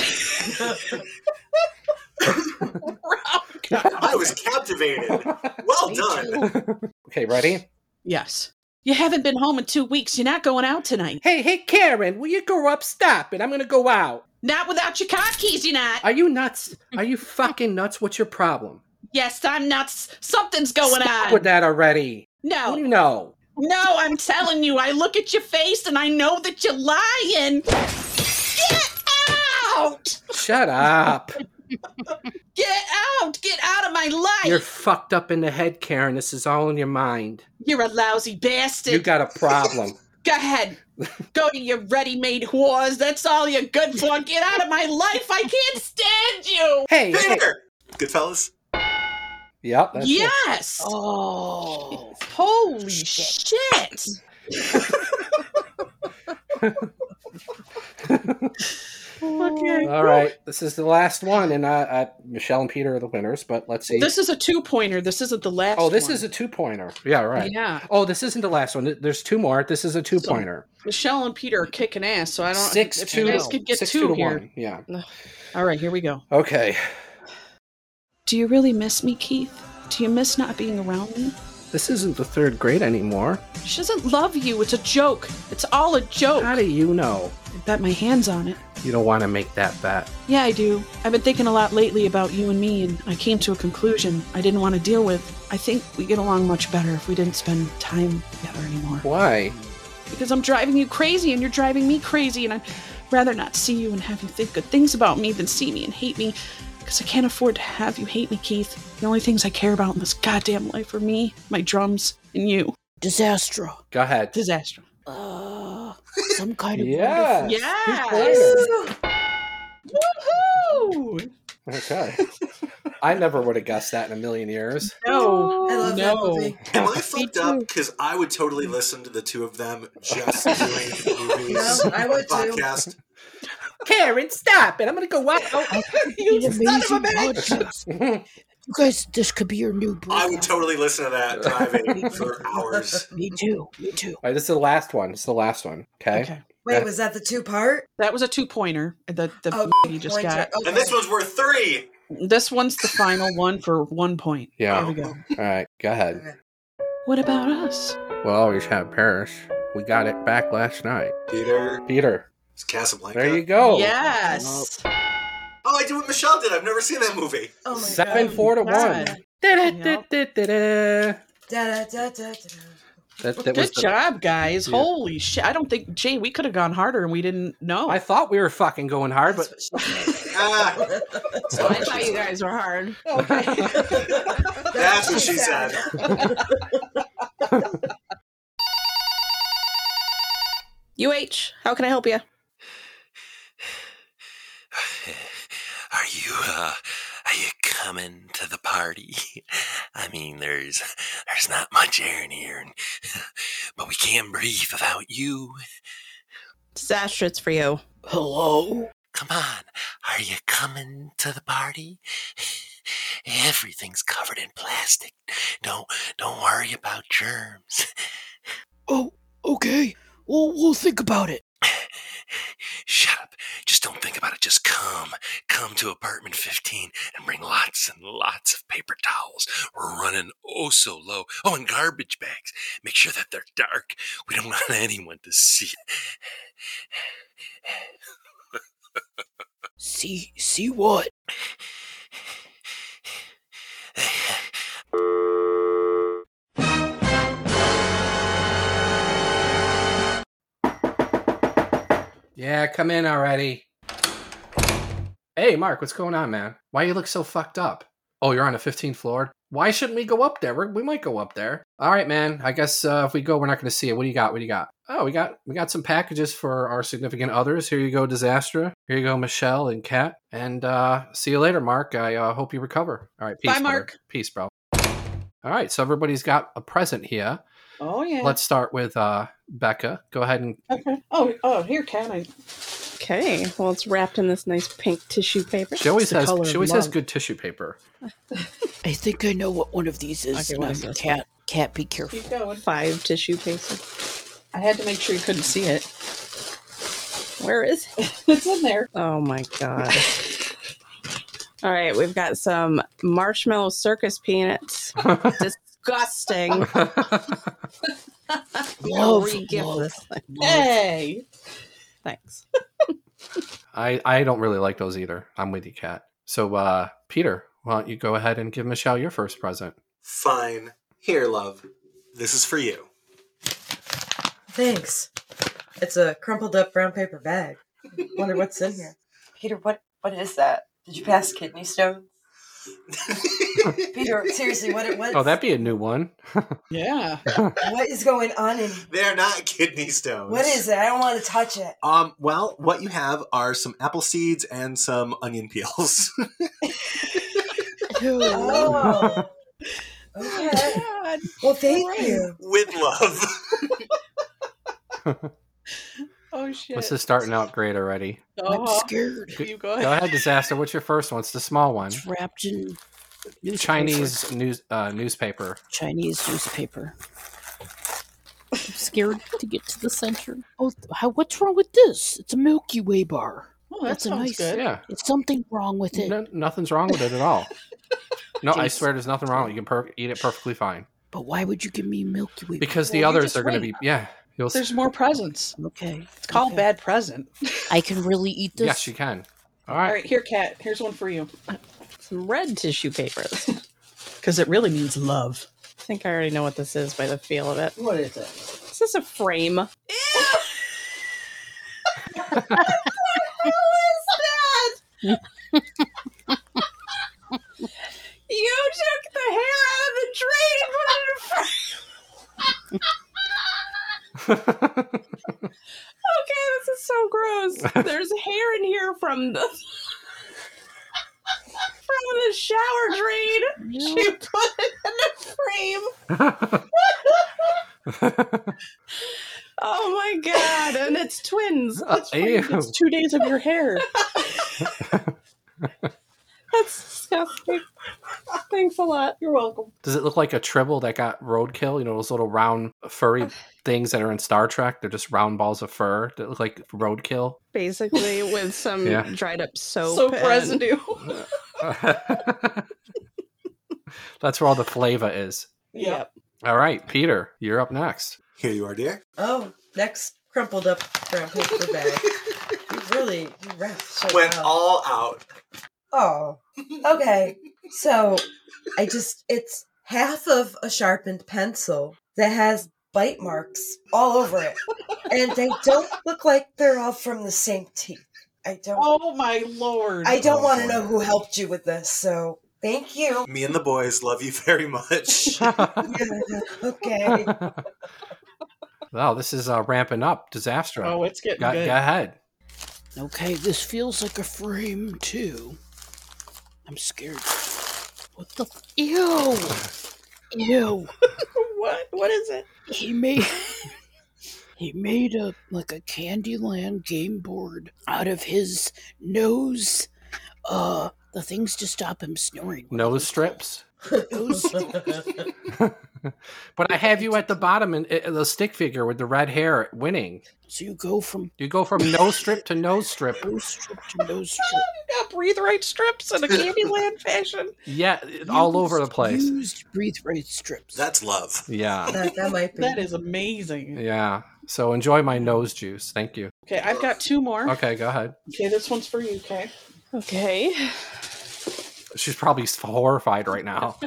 I was captivated. Well done.
Okay, ready?
yes. You haven't been home in two weeks. You're not going out tonight.
Hey, hey, Karen, will you grow up? Stop it. I'm gonna go out.
Not without your car keys, you're not.
Are you nuts? Are you fucking nuts? What's your problem?
Yes, I'm nuts. Something's going
Stop
on.
with that already. What do
No,
you know?
no, I'm telling you. I look at your face and I know that you're lying. Get out!
Shut up.
Get out! Get out of my life!
You're
You're,
fucked up in the head, Karen. This is all in your mind.
a lousy bastard.
You got a problem.
Go ahead. Go to your ready-made whores. That's all you're good for. Get out of my life. I can't stand you.
hey, hey.
Peter. Goodfellas.
Yep. That's it.
yes.
Oh,
Holy shit. okay.
All right. This is the last one, and I, I, Michelle and Peter are the winners. But let's see.
This is a two-pointer. This isn't the last.
oh, this
one.
is a two-pointer. Yeah, right.
Yeah.
Oh, this isn't the last one. There's two more. This is a two-pointer.
Michelle and Peter are kicking ass, so I don't.
Six
uh, if
two.
you guys could get
six
two,
to
here.
one. Yeah.
All right, here we go.
Okay.
Do you really miss me, Keith? Do you miss not being around me?
This isn't the third grade anymore.
She doesn't love you. It's a joke. It's all a joke.
How do you know?
I bet my hands on it.
You don't want to make that bet.
Yeah, I do. I've been thinking a lot lately about you and me, and I came to a conclusion I didn't want to deal with. I think we get along much better if we didn't spend time together anymore.
Why?
Because I'm driving you crazy, and you're driving me crazy, and I'd rather not see you and have you think good things about me than see me and hate me. Because I can't afford to have you hate me, Keith. The only things I care about in this goddamn life are me, my drums, and you.
Disastra.
Go ahead.
Disastra.
Uh, some kind of
Yeah.
wonderful-
Woohoo!
Okay. I never would have guessed that in a million years.
No.
I love that
No.
movie.
Am I fucked up? Because I would totally listen to the two of them just doing movies.
No, I would too.
podcast.
Karen, stop it. I'm going to go out.
you son of a bitch. You guys, this could be your new
I
breakup.
would totally listen to that driving for hours.
Me too. Me too.
All right, this is the last one. It's the last one. Okay.
Okay.
Wait, was that the two part?
That was a two pointer that the
Oh,
you just
pointer.
got.
Okay.
And this one's worth three.
This one's the final one for one point.
Yeah.
There we go.
All right. Go ahead.
What about us?
Well, we should have Parrish. We got it back last night.
Peter,
Peter.
it's Casablanca.
There you go.
Yes.
Oh, I did what Michelle did. I've never seen that movie.
Oh my
Seven
god.
four to one.
God.
Da-da-da-da-da-da.
Da, da, da, da, da.
That, that was
Good
the-
job, guys.
Yeah.
Holy shit. I don't think, Jay, we could have gone harder and we didn't know.
I thought we were fucking going hard, but
Ah,
So I thought you guys were hard.
that's what she said.
UH, how can I help you?
Are you uh are you coming to the party? I mean there's there's not much air in here and, but we can breathe without you.
Disaster, it's for you.
Hello? Come on. Are you coming to the party? Everything's covered in plastic. Don't don't worry about germs.
Oh, okay. Well, we'll think about it.
Shut up. Just don't think about it. Just come. Come to apartment 15 and bring lots and lots of paper towels. We're running oh so low. Oh, and garbage bags. Make sure that they're dark. We don't want anyone to see.
See, see what?
yeah, come in already. Hey, Mark, what's going on, man? Why you look so fucked up? Oh, you're on a 15th floor. Why shouldn't we go up there? We're, we might go up there. All right, man. I guess uh, if we go, we're not going to see it. What do you got? What do you got? Oh, we got we got some packages for our significant others. Here you go, Disastra. Here you go, Michelle and Kat. And uh, see you later, Mark. I uh, hope you recover. All right, peace,
Bye,
brother.
Mark.
Peace, bro. All right, so everybody's got a present here.
Oh, yeah.
Let's start with uh, Becca. Go ahead and
Okay. Oh, oh, here, can I?
Okay, well, it's wrapped in this nice pink tissue paper.
she always
It's the
has
color
she
of
always has
love.
good tissue paper.
I think I know what one of these is.
Okay, what is
Now,
this?
cat, cat, be careful.
Keep going.
Five tissue paper.
I had to make sure you couldn't see it.
Where is it?
It's in there.
Oh my god. All right, we've got some marshmallow circus peanuts. Disgusting.
Love,
Re-gift
love,
this thing.
Hey.
Thanks.
I I don't really like those either. I'm with you, Kat. So uh, Peter, why don't you go ahead and give Michelle your first present?
Fine. Here, love. This is for you.
Thanks. It's a crumpled up brown paper bag. Wonder what's in here. Peter, what what is that? Did you pass kidney stones? Peter, seriously, what what
Oh, that'd be a new one.
Yeah.
what is going on in here?
They're not kidney stones.
What is it? I don't want to touch it.
Um, well, what you have are some apple seeds and some onion peels.
Oh. Okay.
God.
Well, thank you.
With love.
Oh, shit.
This is starting out great already.
I'm
Uh-huh.
scared.
You go
Go
ahead.
ahead, disaster. What's your first one? It's the small one.
It's wrapped in newspaper.
Chinese news uh, newspaper.
Chinese newspaper. I'm scared to get to the center. Oh, th- how, what's wrong with this? It's a Milky Way bar.
Oh, that
That's a
sounds
nice-
good.
Yeah,
It's something wrong with it.
no, nothing's wrong with it at all. No, I swear there's nothing wrong. You can per- eat it perfectly fine
But why would you give me Milky Way?
because the
Well, you
others
just
are going to
wait.
be yeah. You'll
There's more presents.
bar? Okay.
It's called
okay.
Bad Present.
I can really eat this.
yes, you can. All
All
right.
right, here, Kat. Here's one for you.
Some red tissue paper. I
Because it really means love.
think I already know what this is by the feel of it.
What is it?
Is this a frame? Ew! Who is that? you took the hair out of the tree and put it in a frame.
Okay, this is so gross. There's hair in here from the from the shower drain. She put it in the frame. oh my god! And it's twins. It's, twins.
Uh, ew.
it's two days of your hair. That's disgusting. Thanks a lot. You're welcome.
Does it look like a tribble that got roadkill? You know, those little round furry things that are in Star Trek? They're just round balls of fur that look like roadkill.
Basically, with some
Yeah.
dried up soap,
Soap
and-
residue.
That's where all the flavor is.
Yep.
All right, Peter, you're up next.
Here you are, dear.
Oh, next crumpled up brown paper bag. you really you wrapped so
Went
well.
all out.
Oh, okay. So I just, it's half of a sharpened pencil that has bite marks all over it. And they don't look like they're all from the same teeth. I don't.
Oh my lord.
I
Oh,
don't want to know who helped you with this, so thank you.
Me and the boys love you very much.
okay.
Wow, this is uh, ramping up. Disaster.
Oh, it's getting
go,
good.
Go ahead.
Okay, this feels like a frame too. I'm scared. What the? F- Ew! Ew!
what? What is it?
He made he made a like a Candyland game board out of his nose. Uh, the things to stop him snoring.
Nose strips.
Nose.
But I have you at the bottom in, in the stick figure with the red hair winning.
So you go from
you go from nose strip to nose strip.
Nose strip to nose strip.
You got breathe right strips in a Candyland fashion.
Yeah, all over the place.
Used breathe right strips.
That's love.
Yeah,
That, that might be.
That is amazing.
yeah. So enjoy my nose juice. Thank you.
Okay, I've got two more.
Okay, go ahead.
Okay, this one's for you, okay?
Okay.
She's probably horrified right now.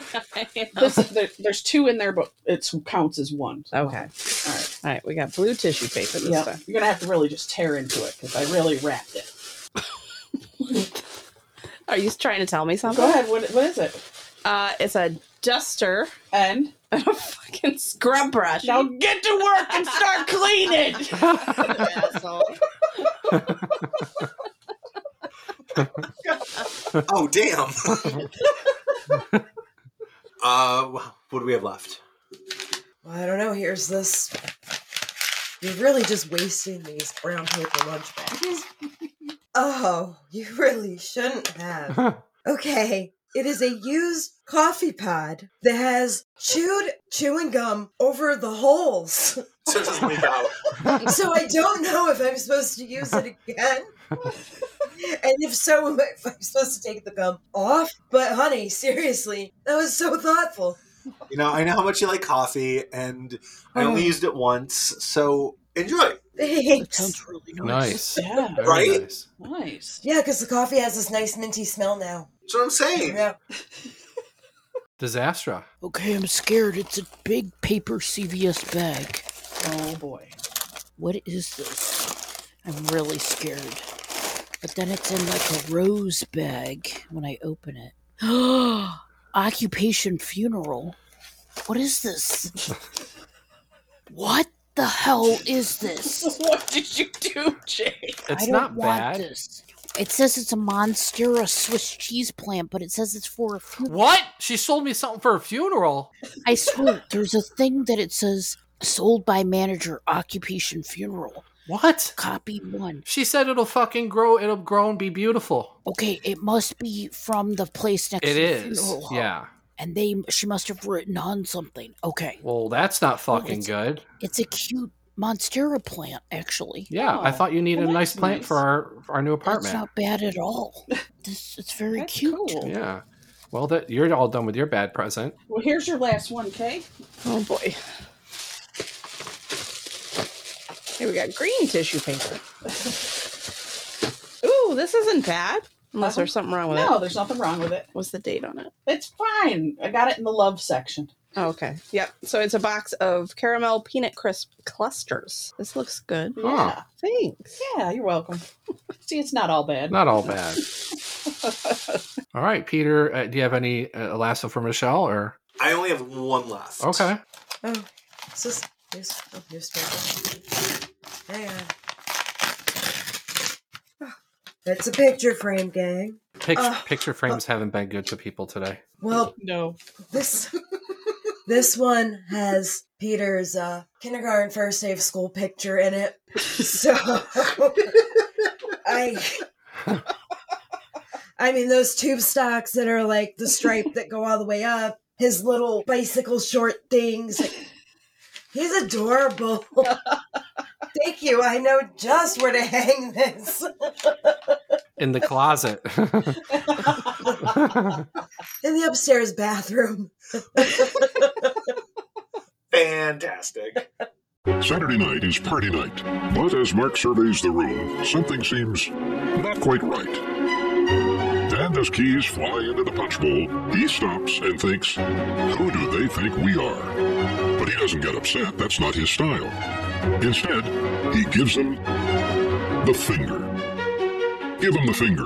This, there, there's two in there, but it counts as one. Okay. All right.
All right, we got blue tissue paper this
Yeah,
time.
you're gonna have to really just tear into it because I really wrapped it.
Are you trying to tell me something?
Go ahead. What, what is it?
Uh, it's a duster
and
a fucking scrub brush.
Now get to work and start cleaning.
oh damn. uh, what do we have left?
Well, I don't know. Here's this. You're really just wasting these brown paper lunch bags. oh, you really shouldn't have. Okay, it is a used coffee pod that has chewed chewing gum over the holes.
So it doesn't leak out.
so I don't know if I'm supposed to use it again. and if so, am I, if I'm supposed to take the gum off? But honey, seriously, that was so thoughtful.
You know, I know how much you like coffee, and
Mm.
I only used it once, so enjoy.
Thanks.
Nice.
Yeah.
Very
Right?
nice.
Nice.
Yeah, because the coffee has this nice minty smell now.
That's what I'm saying.
Yeah.
Disaster.
Okay, I'm scared. It's a big paper CVS bag.
Oh boy.
What is this? I'm really scared. But then it's in like a rose bag when I open it. Occupation funeral. What is this? what the hell is this?
what did you do, Jake?
I don't want this. It says it's a monstera Swiss cheese plant, but it says it's for a funeral.
What? She sold me something for a funeral.
I swear, there's a thing that it says sold by manager occupation funeral.
What?
Copy one.
She said it'll fucking grow. It'll grow and be beautiful.
Okay, it must be from the place next
It
to the
is.
funeral home.
Yeah.
And they she must have written on something. Okay.
Well, that's not fucking
it's-
good.
It's a cute monstera plant, actually.
Yeah, I thought you needed a nice plant for our for our new
That's
apartment.
not bad at all. This it's very cute.
Yeah. Well, that you're all done with your bad present.
Well, here's your last one, okay?
Oh boy. Here we got green tissue paper. Ooh, this isn't bad. Unless there's something wrong with it.
No, there's nothing wrong with it.
What's the date on it?
It's fine. I got it in the love section.
Oh, okay. Yep. So it's a box of caramel peanut crisp clusters. This looks good.
Huh.
Thanks.
Yeah, you're welcome. See, it's not all bad.
Not all bad. all right, Peter. Uh, do you have any uh, lasso for Michelle or?
I only have one left.
Okay.
Oh, it's just News- oh, newspaper. Hang on. That's a picture frame, gang.
Picture,
Uh,
picture frames haven't been good to people today.
Well,
no.
This this one has Peter's uh, kindergarten first day of school picture in it. So I I mean those tube stocks that are like the stripe that go all the way up, his little bicycle short things. He's adorable. Thank you. I know just where to hang this.
In the closet.
in the upstairs bathroom.
Fantastic.
Saturday night is party night, but as Mark surveys the room, something seems not quite right. And as keys fly into the punch bowl, he stops and thinks, Who do they think we are? But he doesn't get upset, that's not his style. Instead, he gives them the finger. Give him the finger.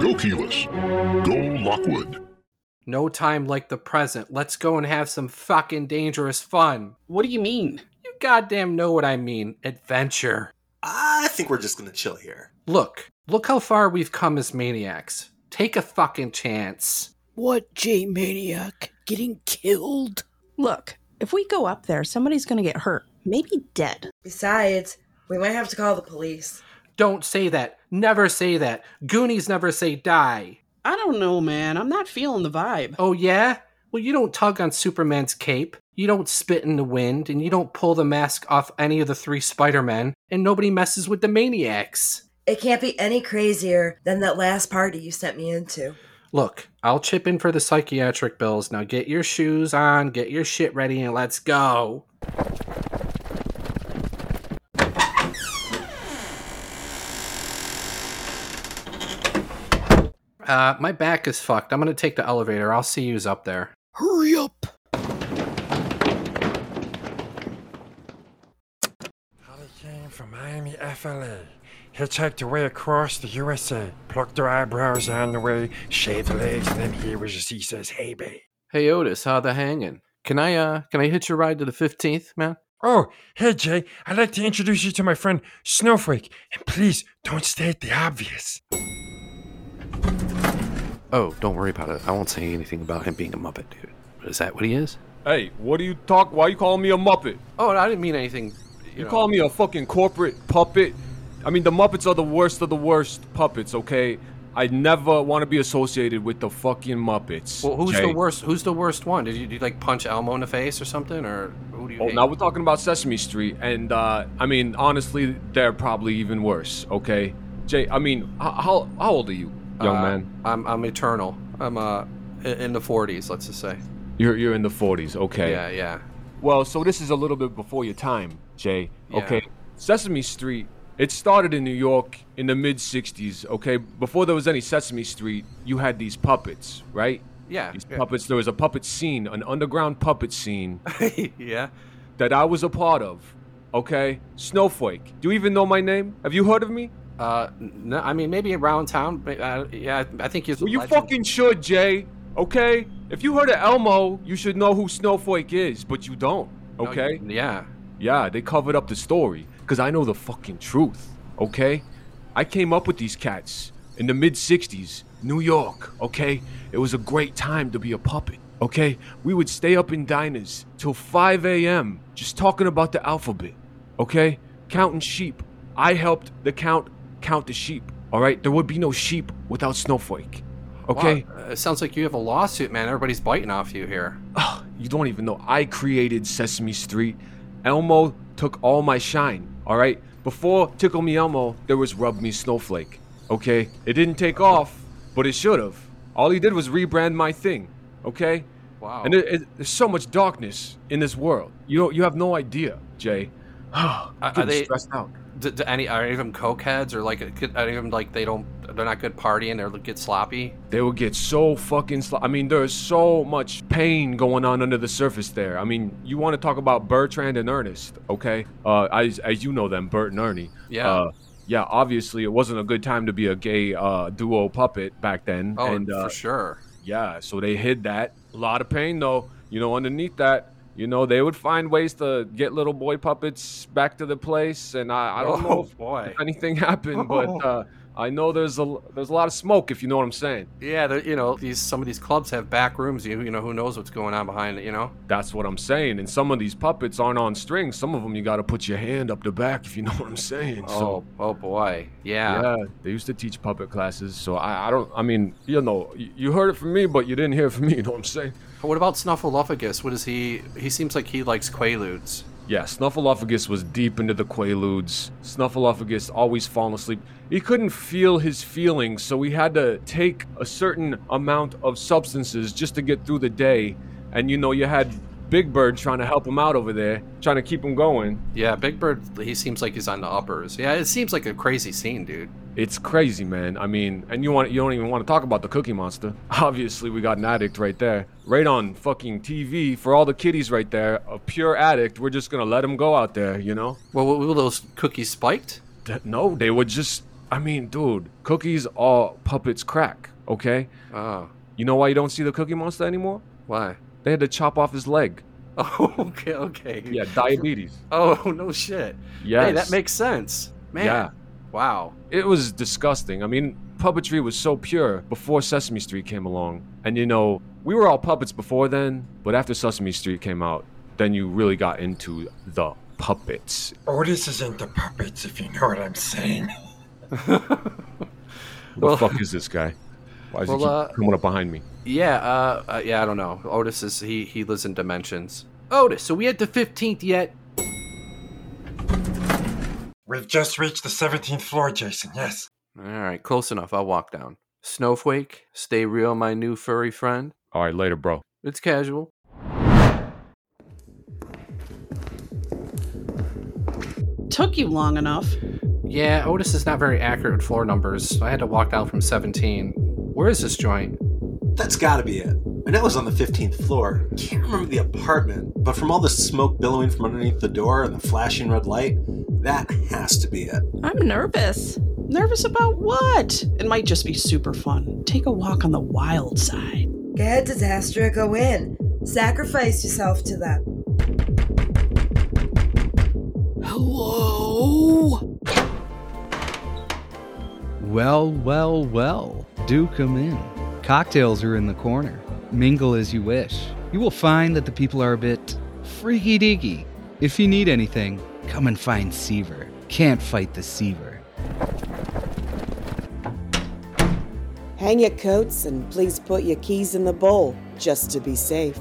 Go Keyless. Go Lockwood.
No time like the present. Let's go and have some fucking dangerous fun.
What do you mean?
You goddamn know what I mean. Adventure.
I think we're just gonna chill here.
Look, look how far we've come as maniacs. Take a fucking chance.
What, J Maniac? Getting killed?
Look, if we go up there, somebody's going to get hurt, maybe dead.
Besides, we might have to call the police.
Don't say that. Never say that. Goonies never say die.
I don't know, man. I'm not feeling the vibe.
Oh, yeah? Well, you don't tug on Superman's cape, you don't spit in the wind, and you don't pull the mask off any of the three Spider-Men, and nobody messes with the maniacs.
It can't be any crazier than that last party you sent me into.
Look, I'll chip in for the psychiatric bills. Now get your shoes on, get your shit ready, and let's go. Uh, my back is fucked. I'm gonna take the elevator. I'll see yous up there.
Hurry up!
Holly came from Miami FLA. Hitchhiked away across the USA, plucked her eyebrows on the way, shaved her legs, and then here was just, he says, hey, babe.
Hey Otis, how the hanging? Can I uh can I hitch a ride to the fifteenth, man?
Oh, hey, Jay, I'd like to introduce you to my friend Snowflake, and please don't state the obvious.
Oh, don't worry about it. I won't say anything about him being a Muppet, dude. But is that what he is?
Hey, what do you talk? Why you calling me a Muppet?
Oh, I didn't mean anything.
You, call me a fucking corporate puppet? I mean, the Muppets are the worst of the worst puppets. Okay, I never want to be associated with the fucking Muppets.
Well, who's
Jay.
the worst? Who's the worst one? Did you, did you like punch Elmo in the face or something, or who do you?
Oh,
hate?
now we're talking about Sesame Street, and uh, I mean, honestly, they're probably even worse. Okay, Jay. I mean, h- how how old are you, young
Uh,
man?
I'm I'm eternal. I'm uh i- in the 40s, let's just say.
You're you're in the 40s. Okay.
Yeah, yeah.
Well, so this is a little bit before your time, Jay.
Yeah.
Okay. Sesame Street, it started in New York in the mid 60s, okay? Before there was any Sesame Street, you had these puppets, right?
Yeah,
These
yeah.
puppets, there was a puppet scene, an underground puppet scene
yeah.
that I was a part of, okay? Snowflake. Do you even know my name? Have you heard of me?
Uh, no, I mean maybe around town. But, uh, yeah, I think he's.
Well, you fucking should, Jay. Okay? If you heard of Elmo, you should know who Snowflake is, but you don't.
No, you-
Okay?
yeah.
Yeah, they covered up the story because I know the fucking truth. Okay? I came up with these cats in the mid 60s, New York. Okay? It was a great time to be a puppet. Okay? We would stay up in diners till 5 a.m. just talking about the alphabet. Okay? Counting sheep. I helped the count count the sheep. All right? There would be no sheep without Snowflake. Okay?
Wow, uh, it sounds like you have a lawsuit, man. Everybody's biting off you here.
you don't even know. I created Sesame Street. Elmo took all my shine, all right? Before Tickle Me Elmo, there was Rub Me Snowflake, okay? It didn't take off, but it should have. All he did was rebrand my thing, okay?
Wow.
And it, it- there's so much darkness in this world. You don't, you have no idea, Jay.
Are- are
getting
they
stressed out?
Do, do any are any of them cokeheads or like could- are any of them like they don't they're not good partying? They get sloppy.
They would get so fucking sl- I mean, there's so much pain going on under the surface there. I mean, you want to talk about Bertrand and Ernest, okay? Uh, as, as you know them, Bert and Ernie.
Yeah.
Uh, yeah, obviously, it wasn't a good time to be a gay uh, duo puppet back then.
Oh,
and, uh,
for sure.
Yeah, so they hid that. A lot of pain, though. You know, underneath that, You know, they would find ways to get little boy puppets back to the place, and I, I don't know
Oh,
if,
boy. Oh.
if anything happened, but uh, I know there's a there's a lot of smoke, if you know what I'm saying.
Yeah, there- you know these some of these clubs have back rooms. You you know who knows what's going on behind it. You know.
That's what I'm saying. And some of these puppets aren't on strings. Some of them you got to put your hand up the back, if you know what I'm saying. so,
oh, oh boy,
yeah. They used to teach puppet classes, so I, I don't. I mean, you know, you, you heard it from me, but you didn't hear it from me. You know what I'm saying?
What about Snuffleupagus? What is he? He seems like he likes quaaludes.
Yeah, Snuffleupagus was deep into the Quaaludes. Snuffleupagus always falling asleep. He couldn't feel his feelings, so he had to take a certain amount of substances just to get through the day. And you know, you had Big Bird trying to help him out over there, trying to keep him going.
Yeah, Big Bird. He seems like he's on the uppers. Yeah, it seems like a crazy scene, dude.
It's crazy, man. I mean, and you want you don't even want to talk about the Cookie Monster. Obviously, we got an addict right there, right on fucking TV for all the kiddies right there. A pure addict. We're just gonna let him go out there, you know.
Well, were those cookies spiked?
no, they were just. I mean, dude, cookies are puppets crack. Okay.
Oh.
You know why you don't see the Cookie Monster anymore?
Why?
They had to chop off his leg.
Oh, okay, okay.
Yeah, diabetes.
Oh no, shit. Hey,
Yes.
that makes sense, man.
Yeah.
Wow.
It was disgusting. I mean, puppetry was so pure before Sesame Street came along. And you know, we were all puppets before then, but after Sesame Street came out, then you really got into the puppets.
Otis is into puppets, if you know what I'm saying.
Who the fuck is this guy? Why is he
Well, uh,
keep coming up behind me?
Yeah. Uh, uh. Yeah. I don't know. Otis is he he lives in dimensions. Otis. So we at the fifteenth yet?
We've just reached the 17th floor, Jason, yes.
All right, close enough. I'll walk down. Snowflake, stay real, my new furry friend.
All right, later, bro.
It's casual.
Took you long enough.
Yeah, Otis is not very accurate with floor numbers, so I had to walk down from 17. Where is this joint?
That's gotta be it. And that was on the 15th floor. Can't remember the apartment, but from all the smoke billowing from underneath the door and the flashing red light, that has to be it.
I'm nervous. Nervous about what? It might just be super fun. Take a walk on the wild side.
Get Disaster, go in. Sacrifice yourself to them.
Hello?
Well, well, well, do come in. Cocktails are in the corner. Mingle as you wish. You will find that the people are a bit freaky deaky. If you need anything, come and find Seaver. Can't fight the Seaver.
Hang your coats and please put your keys in the bowl, just to be safe.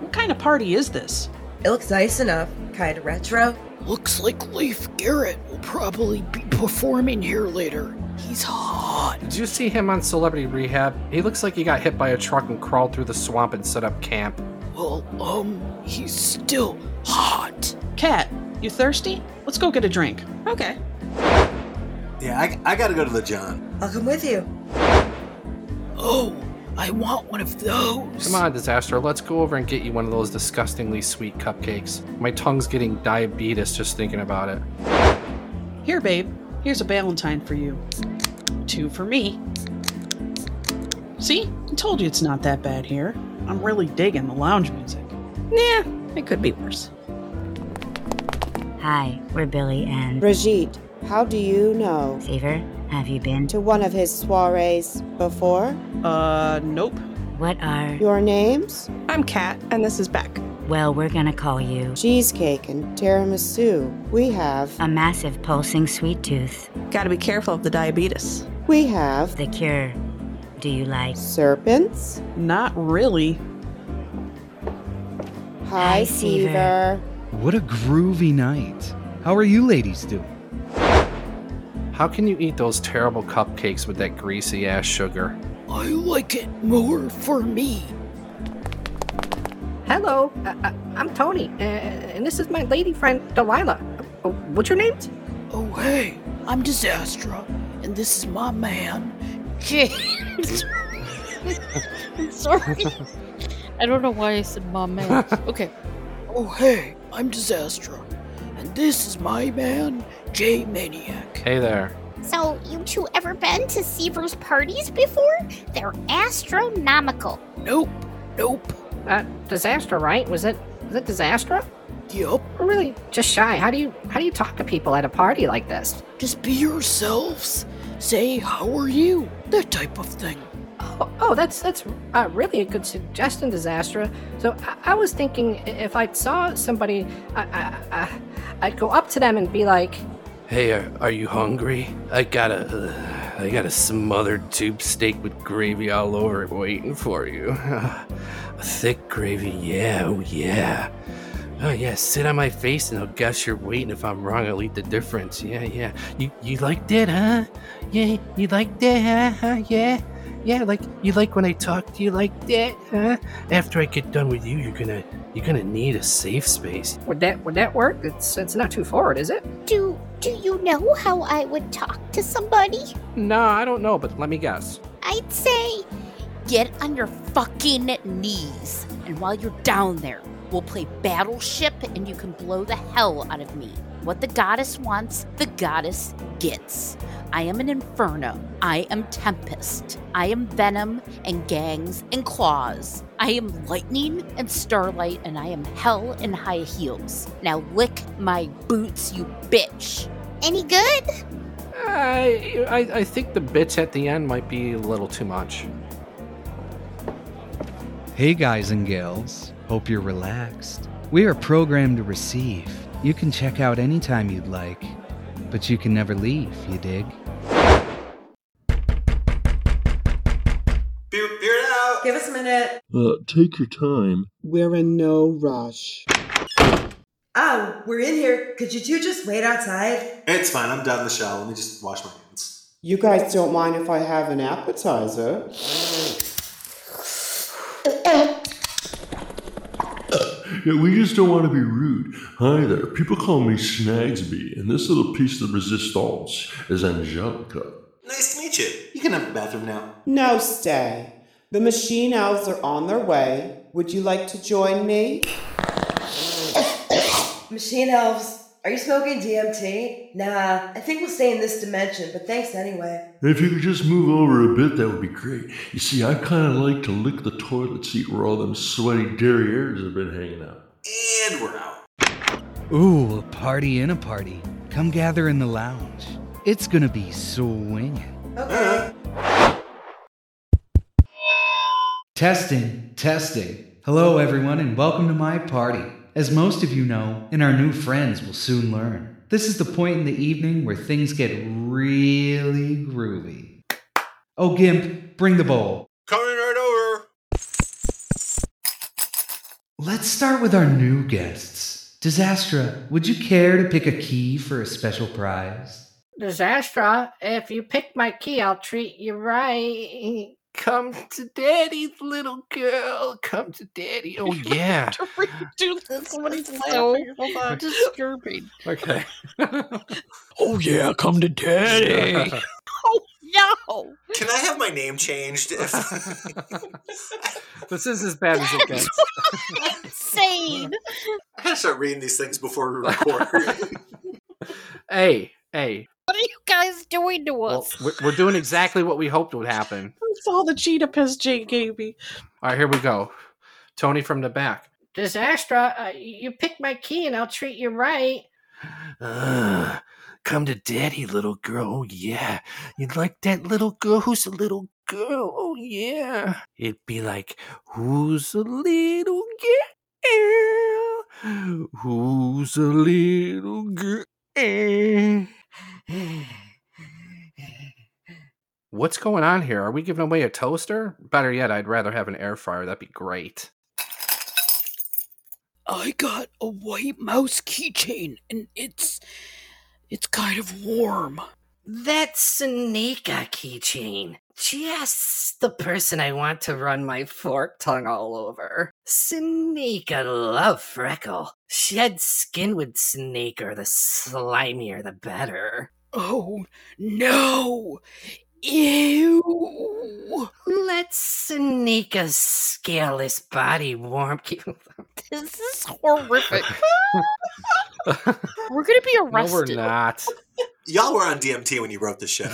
What kind of party is this?
It looks nice enough. Kind of retro.
Looks like Leif Garrett will probably be performing here later. He's hot.
Did you see him on Celebrity Rehab? He looks like he got hit by a truck and crawled through the swamp and set up camp.
Well, um, he's still hot.
Cat, you thirsty? Let's go get a drink.
Okay.
Yeah, I, I gotta go to the John.
I'll come with you.
Oh, I want one of those.
Come on, Disaster, let's go over and get you one of those disgustingly sweet cupcakes. My tongue's getting diabetes just thinking about it.
Here, babe. Here's a Valentine for you. Two for me. See? I told you it's not that bad here. I'm really digging the lounge music.
Nah, it could be worse.
Hi, we're Billy and
Brigitte, how do you know?
Seaver. Have you been?
To one of his soirees before?
Uh, nope.
What are
Your names?
I'm Kat, and this is Beck.
Well, we're gonna call you
Cheesecake and tiramisu. We have.
a massive pulsing sweet tooth.
Gotta be careful of the diabetes.
We have.
The cure. Do you like
Serpents?
Not really.
Hi,
Hi,
Seaver.
Seaver.
What a groovy night. How are you ladies doing?
How can you eat those terrible cupcakes with that greasy ass sugar?
I like it more for me.
Hello, uh, uh, I'm Tony, uh, and this is my lady friend Delilah. Uh, What's your name?
Oh, hey, I'm Disastra, and this is my man, James.
Sorry. I don't know why I said mom man. Okay.
Oh, hey, I'm Disastra, and this is my man, J Maniac.
Hey there.
So, you two ever been to Seaver's parties before? They're astronomical.
Nope,
Nope.
Uh, disaster, right? Was it? Was it disaster?
Yup.
Really, just shy. How do you how do you talk to people at a party like this?
Just be yourselves. Say how are you? That type of thing.
Oh, oh that's that's uh, really a good suggestion, Disaster. So I, I was thinking i- if I saw somebody, I, I, I, I'd go up to them and be like,
Hey, are, are you hungry? I got a, uh, I got a smothered tube steak with gravy all over it waiting for you. Thick gravy, yeah, oh yeah. Oh yeah, sit on my face and I'll guess your weight, and if I'm wrong, I'll eat the difference. Yeah, yeah. You you like that, huh? Yeah, you like that, huh? huh? Yeah, yeah. Like you like when I talk to you like that, huh? After I get done with you, you're gonna you're gonna need a safe space.
"Would that would that work? It's it's not too forward, is it?"
Do do you know how I would talk to somebody?
No, I don't know, but let me guess.
I'd say
Get on your fucking knees. And while you're down there, we'll play Battleship and you can blow the hell out of me. What the goddess wants, the goddess gets. I am an inferno. I am tempest. I am venom and gangs and claws. I am lightning and starlight and I am hell in high heels. Now lick my boots, you bitch.
Any good?
I, I I think the bitch at the end might be a little too much.
Hey, guys and gals, hope you're relaxed. We are programmed to receive. You can check out anytime you'd like, but you can never leave, you dig?
Give us a minute.
Uh, take your time.
We're in no rush.
Oh, we're in here. Could you two just wait outside?
It's fine. I'm done the show. Let me just wash my hands.
You guys don't mind if I have an appetizer?
Yeah, we just don't want to be rude. Hi there. People call me Snagsby, and this little piece of resistance is Angelica.
Nice to meet you. You can have the bathroom now.
No, stay. The machine elves are on their way. Would you like to join me?
Machine elves, are you smoking DMT? Nah, I think we'll stay in this dimension, but thanks anyway.
If you could just move over a bit, that would be great. You see, I kind of like to lick the toilet seat where all them sweaty derrieres have been hanging out.
And we're out.
Ooh, a party in a party. Come gather in the lounge. It's gonna be swinging.
네.
Okay.
Testing, testing. Hello, everyone, and welcome to my party. As most of you know, and our new friends will soon learn, this is the point in the evening where things get really groovy. Oh, Gimp, bring the bowl.
Coming right over.
Let's start with our new guests. Disastra, would you care to pick a key for a special prize?
Disaster! If you pick my key, I'll treat you right.
Come to daddy's little girl. Come to daddy. Oh yeah.
Dude, that's what it's so disturbing.
Okay.
Oh, yeah, come to daddy.
Oh no!
Can I have my name changed? If...
This is as bad as it gets.
Insane.
I gotta start reading these things before we record.
Hey, hey.
What are you guys doing to
Well, we're, we're doing exactly what we hoped would happen.
That's all the cheetah piss Jake gave me.
All right, here we go. Tony from the back.
Disaster! Uh, you pick my key, and I'll treat you right.
Uh, come to daddy, little girl. Oh, yeah. You'd like that little girl? Who's a little girl? Oh, yeah. It'd be like, who's a little girl? Who's a little girl?
What's going on here? Are we giving away a toaster? Better yet, I'd rather have an air fryer. That'd be great.
I got a white mouse keychain, and it's it's kind of warm.
That Sunika keychain. Just the person I want to run my fork tongue all over. Sneaker love Freckle. Shed skin with Sneaker, the slimier the better.
Oh no! Ew!
Let Sneaker's scaleless body warm.
This is horrific. We're gonna be
No, we're
arrested.
not.
Y'all were on DMT when you wrote this show.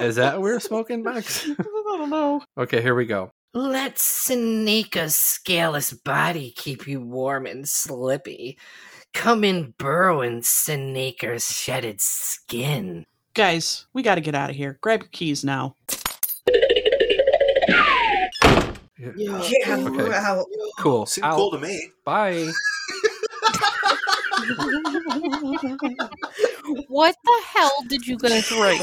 Is that what we're smoking, Max?
I don't know.
Okay, here we go.
Let Seneca's scaleless body keep you warm and slippy. Come and burrow in Seneca's shedded skin.
Guys, we got to get out of here. Grab your keys now.
Yeah,
Okay.
well,
Cool.
Seemed cool to me.
Bye.
what the hell did you guys write?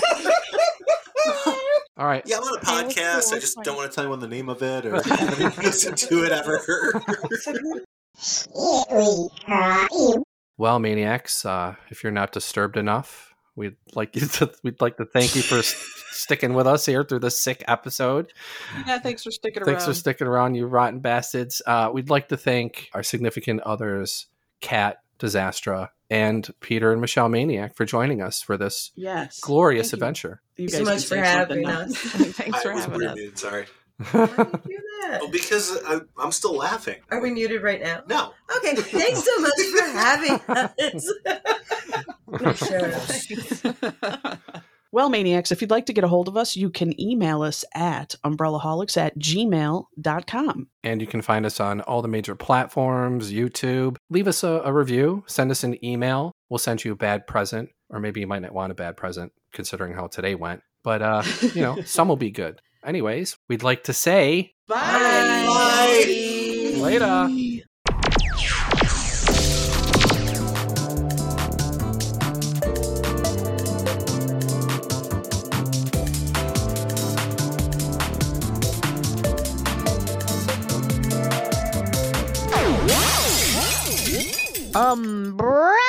All right.
Yeah, I'm on a
Okay, what's
podcast.
cool?
I just don't want to tell anyone the name of it or listen to it ever.
Well, maniacs, uh, if you're not disturbed enough, we'd like you to we'd like to thank you for s- sticking with us here through this sick episode.
Yeah, thanks for sticking
Thanks for
around.
sticking around, you rotten bastards. Uh, we'd like to thank our significant others, Kat, Disastra, and Peter and Michelle Maniac for joining us for this
Yes.
glorious adventure.
You
so much for having us.
Thanks
I
for
was
having us.
muted. Sorry. Well, because I, I'm still laughing.
Are we muted right now?
No.
Okay. Thanks so much for having us.
Well, Maniacs, if you'd like to get a hold of us, you can email us at umbrellaholics at gmail.com.
And you can find us on all the major platforms, YouTube. Leave us a, a review, send us an email. We'll send you a bad present, or maybe you might not want a bad present considering how today went. But, uh, you know, some will be good. Anyways, we'd like to say
Bye.
later.
Umbrella